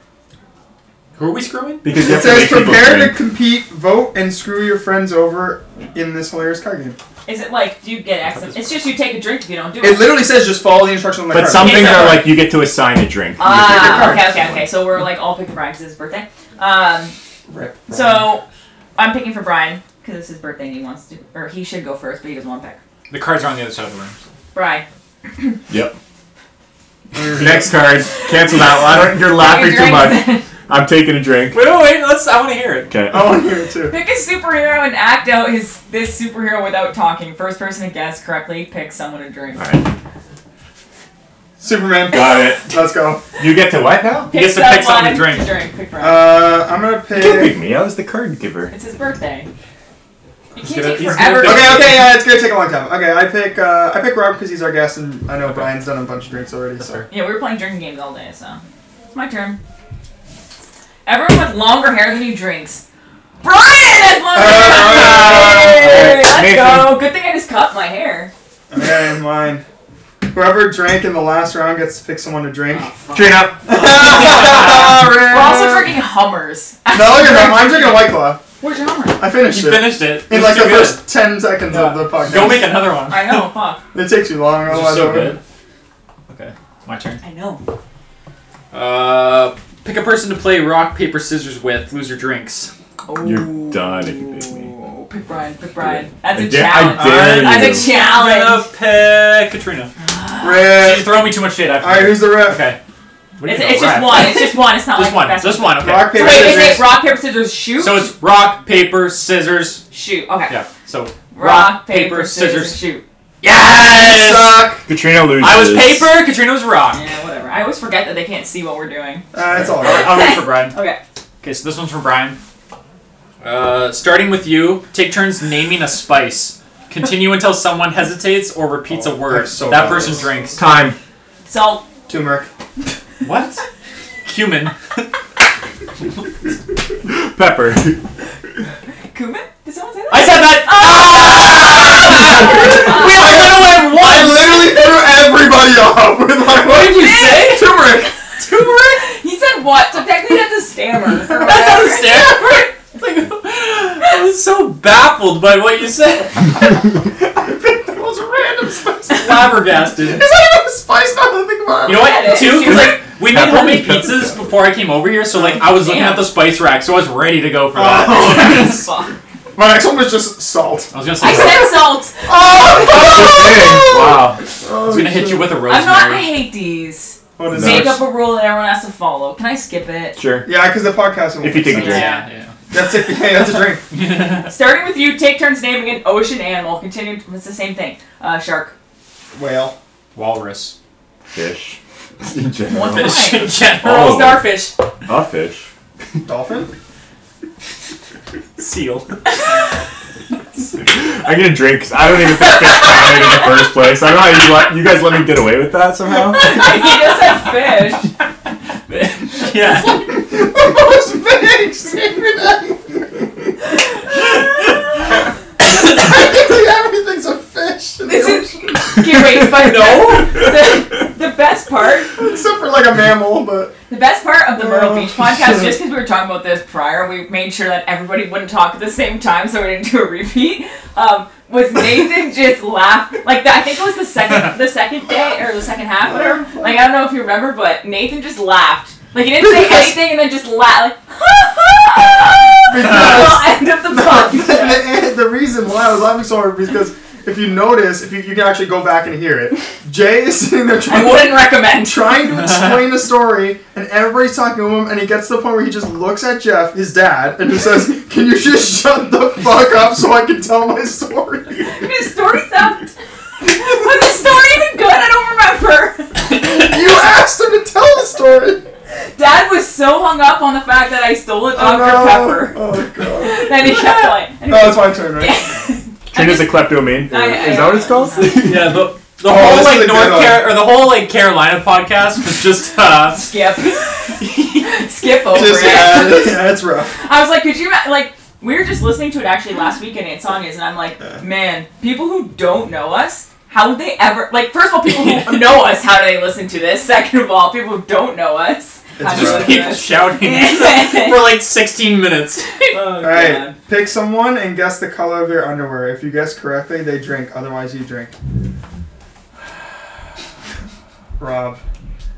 Who are we screwing? Because you It have to says make people prepare to drink. compete, vote, and screw your friends over in this hilarious card game. Is it like do you get X? It's just you take a drink if you don't do it. It literally says just follow the instructions on the But card. some Okay, things so- are like you get to assign a drink. You get to pick a Ah, card. okay, okay, okay. So we're like all picking Brian 'cause it's his birthday. Um, Rip, Brian. so I'm picking for Brian because it's his birthday and he wants to, or he should go first, but he doesn't want to pick. The cards are on the other side of the room. Brian, Yep. Next card. Cancel that one. I don't, you're laughing your too much. drink. I'm taking a drink. Wait, wait, wait. Let's. I want to hear it. Okay. I want to hear it too. Pick a superhero and act out his this superhero without talking. First person to guess correctly picks someone to drink. Alright. Superman. Got it. Let's go. You get to what now? Pick gets to pick someone to someone drink. Pick Brian. Uh, I'm gonna pick. You Okay, pick me. I was the card giver. it's his birthday. You can't give it- take Oh. he's forever. gonna- okay, yeah, it's gonna take a long time. Okay, I pick. Uh, I pick Rob because he's our guest, and I know Brian's done a bunch of drinks already. So Yeah, we were playing drinking games all day, so it's my turn. Everyone with longer hair than you drinks. Brian has Oh, longer hair. than you. Uh, Let's Nathan. go. Good thing I just cut my hair. okay, mine. Whoever drank in the last round gets to pick someone to drink. Trina. We're also Uh, drinking Hummers. No, you're not. I'm drinking White Claw. Where's your Hummer? I finished You it finished it. in It's like too the good. first ten seconds of the podcast. Go make another one. I know. Fuck. It takes too long. This otherwise is so I good. would- Okay, my turn. I know. Uh, pick a person to play rock paper scissors with. Loser drinks. Oh. You're done if you pick me. Pick Brian. Pick Brian. That's I a dare- I challenge. dare That's a you. challenge. gonna pick Katrina. She's Rip. throwing me too much shit. I All right, who's the ref? okay. What do you It's, know, it's just rap? one. It's just one. It's not Just like one. the best Just one. Okay. Rock So paper wait, is scissors. it rock paper scissors shoot? So it's rock paper scissors. shoot. Okay. Yeah. So rock, Rock paper scissors shoot. Yes. Suck. Katrina loses. I was paper. Katrina was rock. Yeah, whatever. I always forget that they can't see what we're doing. Uh, it's all All right. right, I'll read for Brian. Okay. Okay, so this one's from Brian. Uh, starting with you, take turns naming a spice. Continue until someone hesitates or repeats Oh, a word. that's so that obvious. person drinks. Time. Salt. Turmeric. What? Cumin. Pepper. Cumin? Did someone say that? I said Oh! that. we all could have went I one. literally threw everybody off with my. What did you say? Turmeric. Turmeric. He said what? So technically that's a stammer. or That's not a whatever. stammer. It's like, I was so baffled by what you said. That was random spice. Flabbergasted. Is that even a spice? Now that I think about it. You know Yeah, what? it Too, is. because like we made Pepper homemade and pepper. pizzas before I came over here, so like I was looking Damn. at the spice rack, so I was ready to go for that. Oh. Fuck. My next one was just salt. I was gonna say I said salt. Oh, wow. I was gonna hit you with a rosemary. I'm not. I hate these. What is No. Make that? up a rule that everyone has to follow. Can I skip it? Sure. Yeah, because the podcast. won't If you take a make drink. sense. yeah, That's it. Hey, that's a drink. yeah. Starting with you, take turns naming an ocean animal. Continue. It's the same thing. Uh, shark. Whale. Walrus. Fish. In general. What the- Fish in Pearl, general. Oh. starfish. A fish. Dolphin. Seal. I'm gonna drink. 'cause I don't even think fish counted in the first place. I don't know how you, let, you guys let me get away with that somehow. he just said fish. yeah. Most fish. Technically, everything's a fish. in the This ocean, is. Okay, wait, but No. The, the best part Except for like a mammal, but The best part of the Myrtle Oh, Beach podcast, shit. just because we were talking about this prior, we made sure that everybody wouldn't talk at the same time, so we didn't do a repeat. Um, was Nathan just laughed like that? I think it was the second, the second day or the second half, whatever. Like I don't know if you remember, but Nathan just laughed. Like he didn't say anything and then just laughed. Like, Because- the end of the podcast. the, the reason why I was laughing so hard is because if you notice, if you, you can actually go back and hear it, Jay is sitting there I trying wouldn't recommend. trying to explain the story, and everybody's talking to him, and he gets to the point where he just looks at Jeff, his dad, and just says, "Can you just shut the fuck up so I can tell my story?" His story sound. Was his story even good? I don't remember. You asked him to tell the story. Dad was so hung up on the fact that I stole a Dr. Pepper Oh god. that he kept going. And he No, was- it's my turn, right? Trina's a kleptomane. I- I- Is that what it's called? Yeah. The, the Oh, whole this is a like good North one. Car- or the whole like Carolina podcast was just uh, skip. skip over Just it. yeah, yeah, it's rough. I was like, could you ima- like we were just listening to it actually last week in Insanias, and I'm like, man, people who don't know us, how would they ever like first of all people who know us, how do they listen to this? Second of all, people who don't know us. how do It's they rough. just listen to people this? shouting for like 16 minutes. Oh, All right, God. pick someone and guess the color of their underwear. If you guess correctly, they drink. Otherwise, you drink. Rob,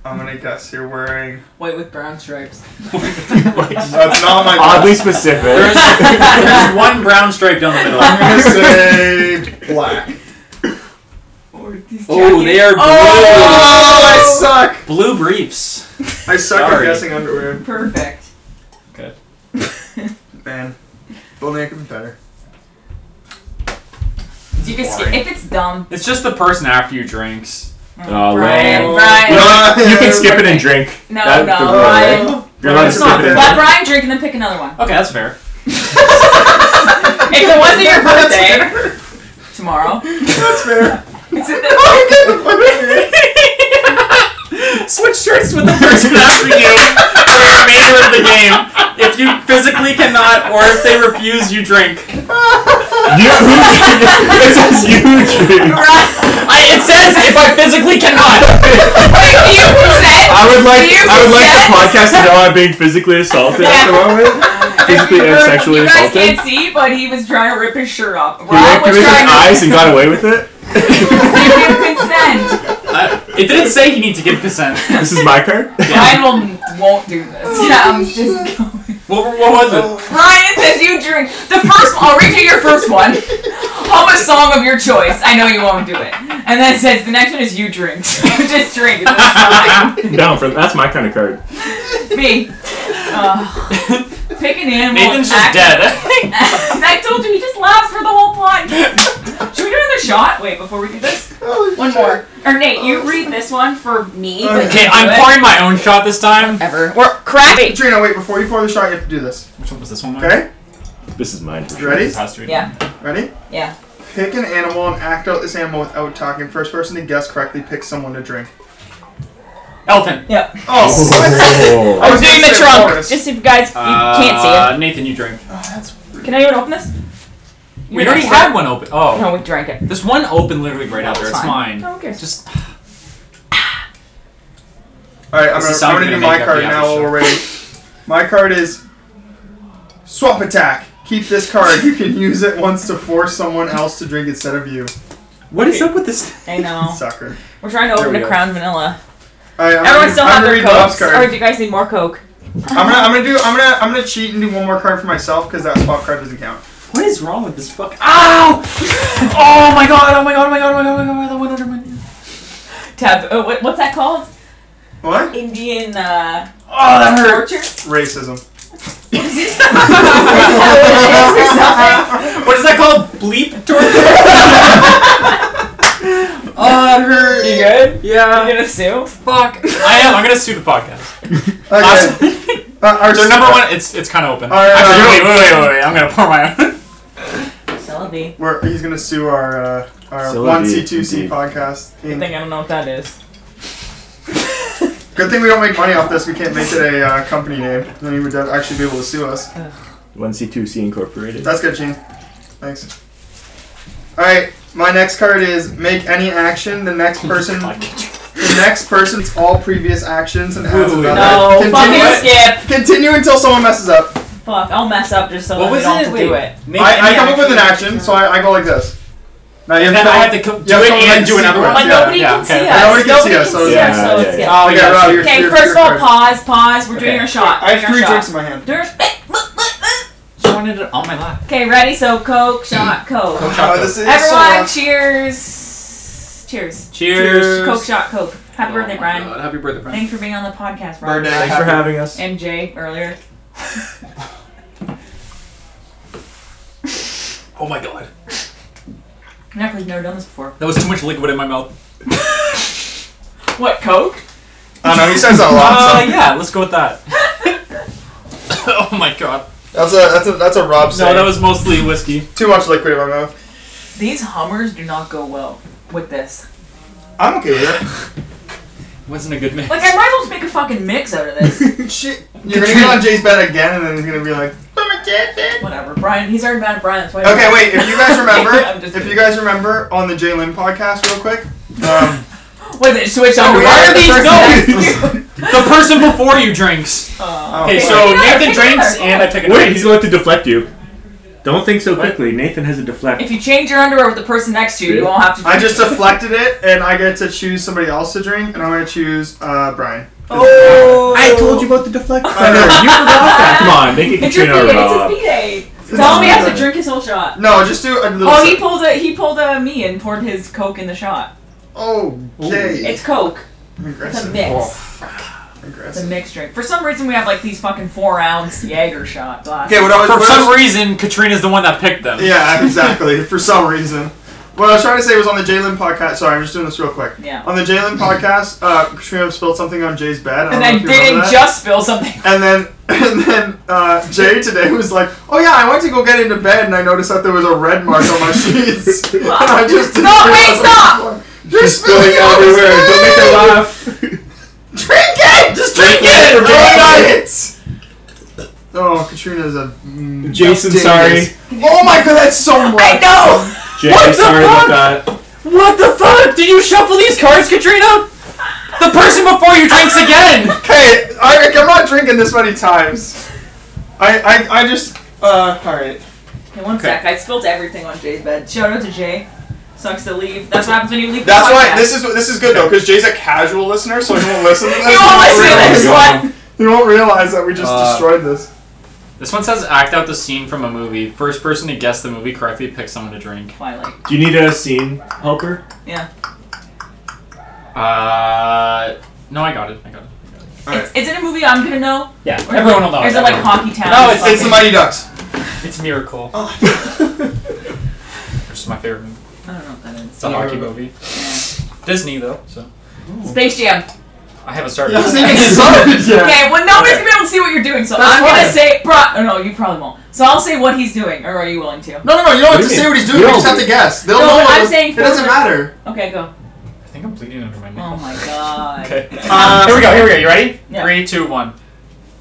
I'm gonna guess you're wearing. White with brown stripes. That's not my. Oddly specific. There's, there's one brown stripe down the middle. I'm gonna say black. Or these Oh, they are jackets. blue. Oh, I suck. Blue briefs. I suck Sorry. at guessing underwear, perfect. man. If only I could be better. You can skip if it's dumb. It's just the person after you drinks. Oh, Brian, well. Brian. You, know what? You can skip it Perfect. and drink. No, That's no, the rule, Brian. right? You're allowed to It's skip not it and fair. Let Brian drink and then pick another one. Okay, that's fair. If it wasn't your That's birthday, tomorrow. Oh, That's fair. It's in the- Switch shirts with the person after you for the remainder of the game. If you physically cannot, or if they refuse, you drink. You, it says you drink. I, it says if I physically cannot. Wait, you said? I would like You I would like the said- podcast to know I'm being physically assaulted at the moment. Physically and sexually You guys assaulted. can't see, but he was trying to rip his shirt off. Rob He went was through his trying to eyes and got away with it. give consent. Uh, it didn't say you need to give consent. This is my card. Brian will, won't do this. Yeah, I'm just going. What, what was it? Brian says you drink. The first one, I'll read you your first one. Hum a song of your choice. I know you won't do it. And then it says the next one is you drink. You just drink. It's fine. Down for that's my kind of card. Me. Ugh. pick an animal. Nathan's just act- dead. I told you, he just laughs for the whole podcast. Should we do another shot? Wait, before we do this? One more. Or Nate, you read this one for me. but you okay, do I'm it. pouring my own shot this time. Ever. We're crappy. Trina, wait, before you pour the shot, you have to do this. Which one was this one? Mike? Okay? This is mine. You ready? This has to be. Yeah, Ready? yeah. Pick an animal and act out this animal without talking. First person to guess correctly picks someone to drink. Elephant. Yep. Oh. I I was was doing gonna the say trunk. forest. Just if you guys you can't see Uh, Nathan, you drink. it. Can I even open this? We already had one open. Oh. No, we drank it. There's one open literally right out there. It's It's fine. mine. No one cares. Just Alright, I'm This gonna, is I'm something gonna to do my make up card the now after while we're ready. My card is Swap Attack. Keep this card. You can use it once to force someone else to drink instead of you. What is up with this? I know. Sucker. We're trying to There open we a go. Crown Vanilla. Alright, I'm Everyone gonna, still I'm have gonna their read Bob's cokes, or card. do you guys need more coke? I'm gonna I'm gonna do I'm gonna I'm gonna cheat and do one more card for myself because that swap card doesn't count. What is wrong with this fucking? Ow! oh my god! Oh my god! Oh my god! Oh my god! Oh my god! The one under my. Tab. Uh, what, what's that called? What? Indian uh, Oh, that hurt. torture. Racism. What is that called? Bleep torture. Oh, that hurt. You good? yeah. You gonna sue? Fuck. I am. I'm gonna sue the podcast. Okay. Uh, our Their number one. It's it's kind of open. Alright, Actually, alright. wait, wait, wait, wait, wait. I'm gonna pour my own. Celebi. We're, he's gonna sue our uh, our Silly one C indeed, two C indeed. podcast. Good thing I don't know what that is. Good thing we don't make money off this. We can't make it a uh, company name. Then he would actually be able to sue us. One C two C Incorporated. That's good, Gene. Thanks. All right, my next card is make any action. The next person, the next person's all previous actions and adds Ooh, another. No, fucking Continue, skip. continue until someone messes up. Fuck, I'll mess up just so What that we was don't have it? to Wait. do it. Make I, I any come up with an action, action. so I, I go like this. Now you And then I have to co- you do have it someone and make do a another one. But sequence, Yeah, nobody yeah, can okay. see Yeah, us. nobody can see us, so see yeah, us, so yeah, it's yeah. yeah. Oh Okay, yeah. Rob, you're- Okay, your- first your of all, card. pause, pause. We're doing Okay. our shot. I have doing three our drinks in shot. eh, my hand. There's- She wanted it on my lap. Okay, ready? So Coke, shot, Coke. Oh, this is so Everyone, long. cheers. Cheers. Cheers. Oh Coke, shot, Coke. Happy birthday, Brian. Happy birthday, Brian. Thanks for being on the podcast, Brian. Birthday. Thanks for having us. And Jay earlier. Oh my god. Never, we've never done this before. That was too much liquid in my mouth. What, Coke? I don't know. He says that a lot. Uh, yeah, let's go with that. oh my god. That's a that's a that's a Rob. No, saying. that was mostly whiskey. too much liquid in my mouth. These Hummers do not go well with this. I'm okay with Wasn't a good mix. Like, I might as well just make a fucking mix out of this. it. Shit, you're gonna get on Jay's bed again, and then he's gonna be like, "I'm a dead man." Whatever. Brian, he's already mad at Brian. That's why Okay, wait. If you guys I'm remember, just if you guys remember on the Jay Lynn podcast, real quick, um, What is it? Switch on we to had Brian? the These first go! the person before you drinks. Uh, oh, Okay, fuck. so Pick another, Nathan pick drinks another. and I pick another. Wait, he's going to deflect you. Don't think so quickly. Nathan has a deflect. if you change your underwear with the person next to you, you won't have to drink. I just deflected it, and I get to choose somebody else to drink, and I'm gonna choose uh, Briin. Oh! I told you about the deflect. I know you forgot that. Come on, make it It's your Katrina B-Day. or It's Rob. his B-Day. Tell him he has to drink his whole shot. No, just do a little. Oh, he sip. pulled a he pulled a me and poured his coke in the shot. Okay. It's coke. It's a aggressive. mix. It's a aggressive. mixed drink. For some reason, we have like these fucking four ounce Jaeger shot glasses. Okay, what I was For what I was- some reason, Katrina's the one that picked them. Yeah, exactly. For some reason. What I was trying to say was on the Jalen podcast. Sorry, I'm just doing this real quick. Yeah. On the Jalen podcast, uh, Katrina spilled something on Jay's bed. I don't and know then if you remember didn't that. just spill something. And then and then uh, Jay today was like, "Oh yeah, I went to go get into bed and I noticed that there was a red mark on my sheets." and I just didn't Stop, wait, realize it was stop! blood." You're Going spilling everywhere. Don't make her laugh. Drink it. Just drink it. Drink it. Oh, Katrina's a. mm, Jason, genius. sorry. Oh my god, that's so much. I know. Jay, What the sorry fuck? about that. What the fuck? Did you shuffle these cards, Katrina? The person before you drinks again. Hey, I, I'm not drinking this many times. I, I, I just. Uh, alright. Okay, one sec. I spilled everything on Jay's bed. Shout out to Jay. Sucks to leave. That's what happens when you leave. That's the why podcast. this is this is good though, because Jay's a casual listener, so he won't listen to this. You won't listen to realize- this. What? He won't realize that we just Uh, destroyed this. This one says act out the scene from a movie. First person to guess the movie correctly picks someone to drink. Twilight. Do you need a scene helper? Yeah. Uh, no, I got it. I got it. It's, is it a movie I'm gonna know? Yeah, Or- everyone will know. Or is it like Hockey Town? No, or it's- it's something? Mighty Ducks. It's Miracle. Which is my favorite movie. I don't know what that It's a hockey movie. is. Disney though, so Yeah. Space Jam. I haven't started. It hasn't even started yet. Okay, well, nobody's gonna be able to see what you're doing, so That's I'm gonna fine. say. Bro, oh, no, you probably won't. So I'll say what he's doing, or are you willing to? No, no, no. You don't What have do to you say mean? what he's doing. No. You just have to guess. They'll No, know. I'm it, saying it doesn't forward. matter. Okay, go. I think think I'm bleeding under my Oh nail. my god. Okay. Um, here we go. Here we go. You ready? Yeah. Three, two, one.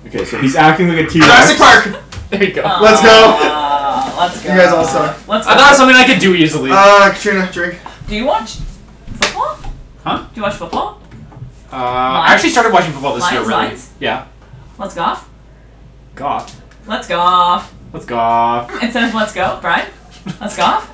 Okay, so he's acting like a T-Rex. Jurassic Park. There you go. Uh, Let's go. Let's go. You guys all suck. Let's go. I thought of something I could do easily. Uh, Katrina, drink. Do you watch football? Huh? Do you watch football? Uh, I actually started watching football this year, Lions, really. Lions? Yeah. Let's golf. Goff. Let's golf. Let's golf. Instead of let's go, Brian. Let's golf.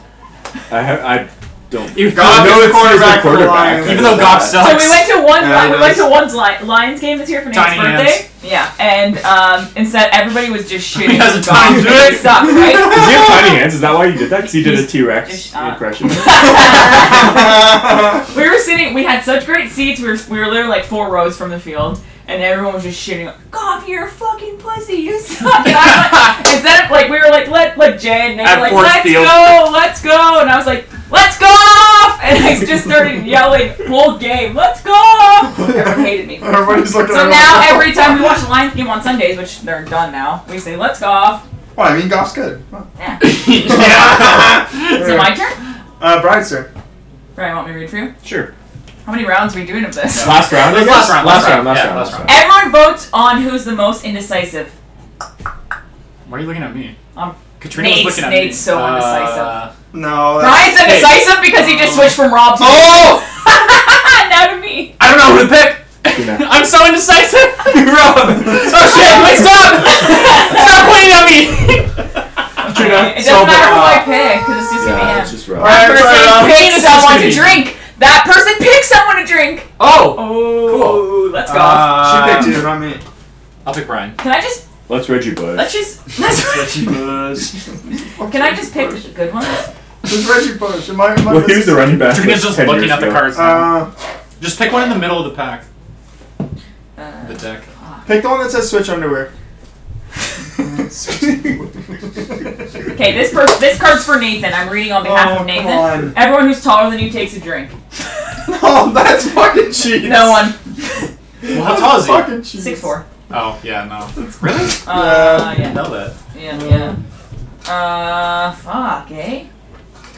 I, ha- I don't. Even, Goff I know is it's quarterback the for the quarterback. Lions. I even know though Goff that. So sucks. we went to one. Yeah, we it went is. to one's Li- Lions game this year for Nate's Tiny birthday. Yeah, and um, instead everybody was just shooting. He has a golf. tiny dick. It sucks, right? Does he have tiny hands? Is that why you did that? Because he did a just T-Rex shut up. impression. we were sitting. We had such great seats. We were, we were literally like four rows from the field, and everyone was just shitting. on, Goff, you're a fucking pussy. You suck. And I was like, instead of like we were like let like Jay and Nate At were like Ford let's Field. go, let's go, and I was like let's go, and I just started yelling whole game. Let's go. Everyone hated me. Everybody's looking at So her now like, every time we watch the Lions game on Sundays, which they're done now, we say let's go. Well, I mean, Goff's good. Well, Yeah. yeah. Is it my turn? Uh, Bride's turn. Brian, want me to read for you? Sure. How many rounds are we doing of this? Last round. I Last guess? round, Last last round. round, Last yeah, round. last Last round. Everyone votes on who's the most indecisive. Why are you looking at me? Um, Katrina Nate's- was looking at me. Nate's so undecisive. Uh, No. That's, Brian's indecisive because he just switched from Rob to oh! now to me. I don't know who to pick. You know. I'm so indecisive. Rob. Oh shit! Wait, stop! stop pointing at me. It Katrina, doesn't sober matter who I up. pick because it's just Yeah, gonna it's be him. just rough. That Alright, fair person enough. picks Katrina's someone to just gonna drink. That person picks someone to drink. oh. Oh, let's go. she Uh, picked you, not me. I'll pick Brian. can I just Let's Reggie Bush. let's just let's, can I just pick Reggie Bush. good ones? Just Reggie Bush. Am I, am I well, he was the running back. Katrina's just 10 looking years at the ago. cards. now. Uh, just pick one in the middle of the pack. Uh, The deck. pick the one that says switch underwear. okay, this per- this card's for Nathan. I'm reading on behalf Oh, of Nathan. come on. Everyone who's taller than you takes a drink. No, that's fucking cheats. No one. Well, how tall is he? Fucking cheats. Six four. Oh yeah, no. Really? Uh, Yeah. yeah. know that. Yeah, yeah. Uh, fuck, eh?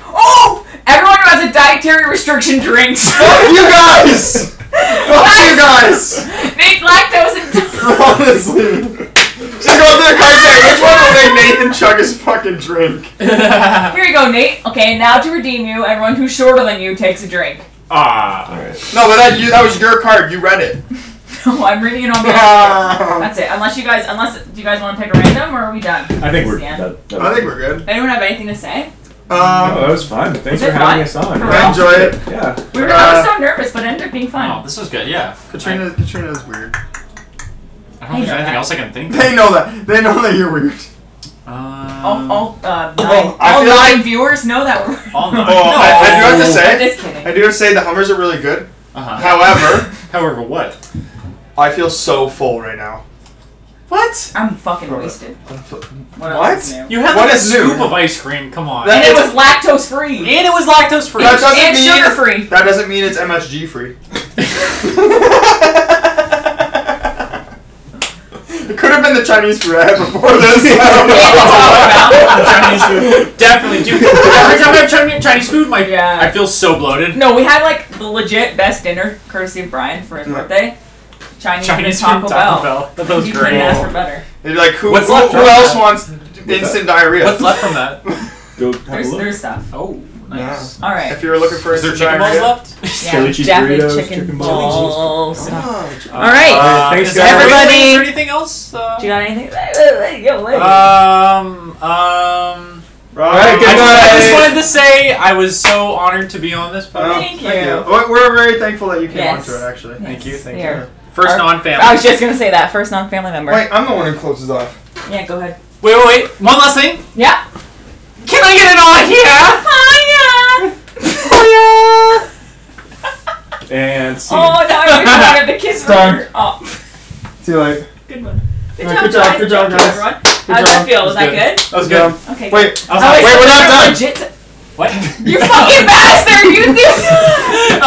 Oh! Everyone who has a dietary restriction drinks. Fuck you guys! Fuck you guys! Nate's lactose and Honestly. Just go through the cards there. Which one will make Nathan chug his fucking drink? Here you go, Nate. Okay, now to redeem you, everyone who's shorter than you takes a drink. Ah. All right. No, but that you, that was your card. You read it. No, I'm reading it on behalf. I That's it. Unless you guys, unless do you guys want to pick a random, or are we done? I think we're. Yeah. That, that think we're good. Anyone have anything to say? Oh, Um, that was fun. Thanks Was for it having fun? us on. For I real? Yeah. enjoy it. Yeah. We were Uh, I was so nervous, but it ended up being Oh, fun. this was good. Yeah. Katrina, Katrina's weird. I don't think I know there's anything that. else I can think. of. They know that. They know that you're weird. All, Um, all, uh, nine, Oh, I all feel nine like- viewers know that we're. Oh. all Oh, nine. I, I do have to I'm say, just I kidding. do have to say the Hummers are really good. Uh-huh. However, However, what? I feel so full right now. What? I'm fucking wasted. What? What? else is new? You had What like a is new? scoop of ice cream. Come on. That- And it was lactose free. and it was lactose free. That doesn't And mean sugar free. That doesn't mean it's MSG free. it could have been the Chinese food I had before this. I don't Chinese food. Definitely, dude. Every time I have Chinese- Chinese food, my Yeah. I feel so bloated. No, we had like the legit best dinner, courtesy of Brian for his Yeah. birthday. Chinese, Chinese food, Taco, food, Bell. Taco Bell. That was you couldn't great. ask for better. know. Like who? What's who, left who from else that? wants instant diarrhea? What's left from that? Go have There's, a look. there's stuff. Oh, nice. All right. if you were looking for Is there instant chicken balls diarrhea. left? Yeah, Chili cheese Japanese burritos, chicken, chicken balls. balls. stuff. Oh, j- All right. Uh, thanks, is there- guys. Everybody- Is there anything else? Uh, Do you got anything? Yo, wait. Uh, Um, um. Alright, Good I, just, I just night. wanted to say I was so honored to be on this. Oh, podcast. Thank thank you. you. We're- We're very thankful that you came Yes. onto it, actually. Yeah. Thank you, thank Here. you. First Our- non-family. I was just gonna say that first non-family member. Wait, I'm the one who closes off. Yeah, go ahead. wait, wait, wait. One last thing. Yeah. Can I get it on here? Hiya. And see. Oh no, you just wanted to kiss Done. her. Oh, See you later. good one. Good All job, right, good job, guys. Thank good job, you, guys. everyone. How did that job. feel? Was That was that good? That was good. good. Okay. good. Wait, I was Oh, like, wait, so wait, we're not they're done. Legit what? You fucking bastard! You do.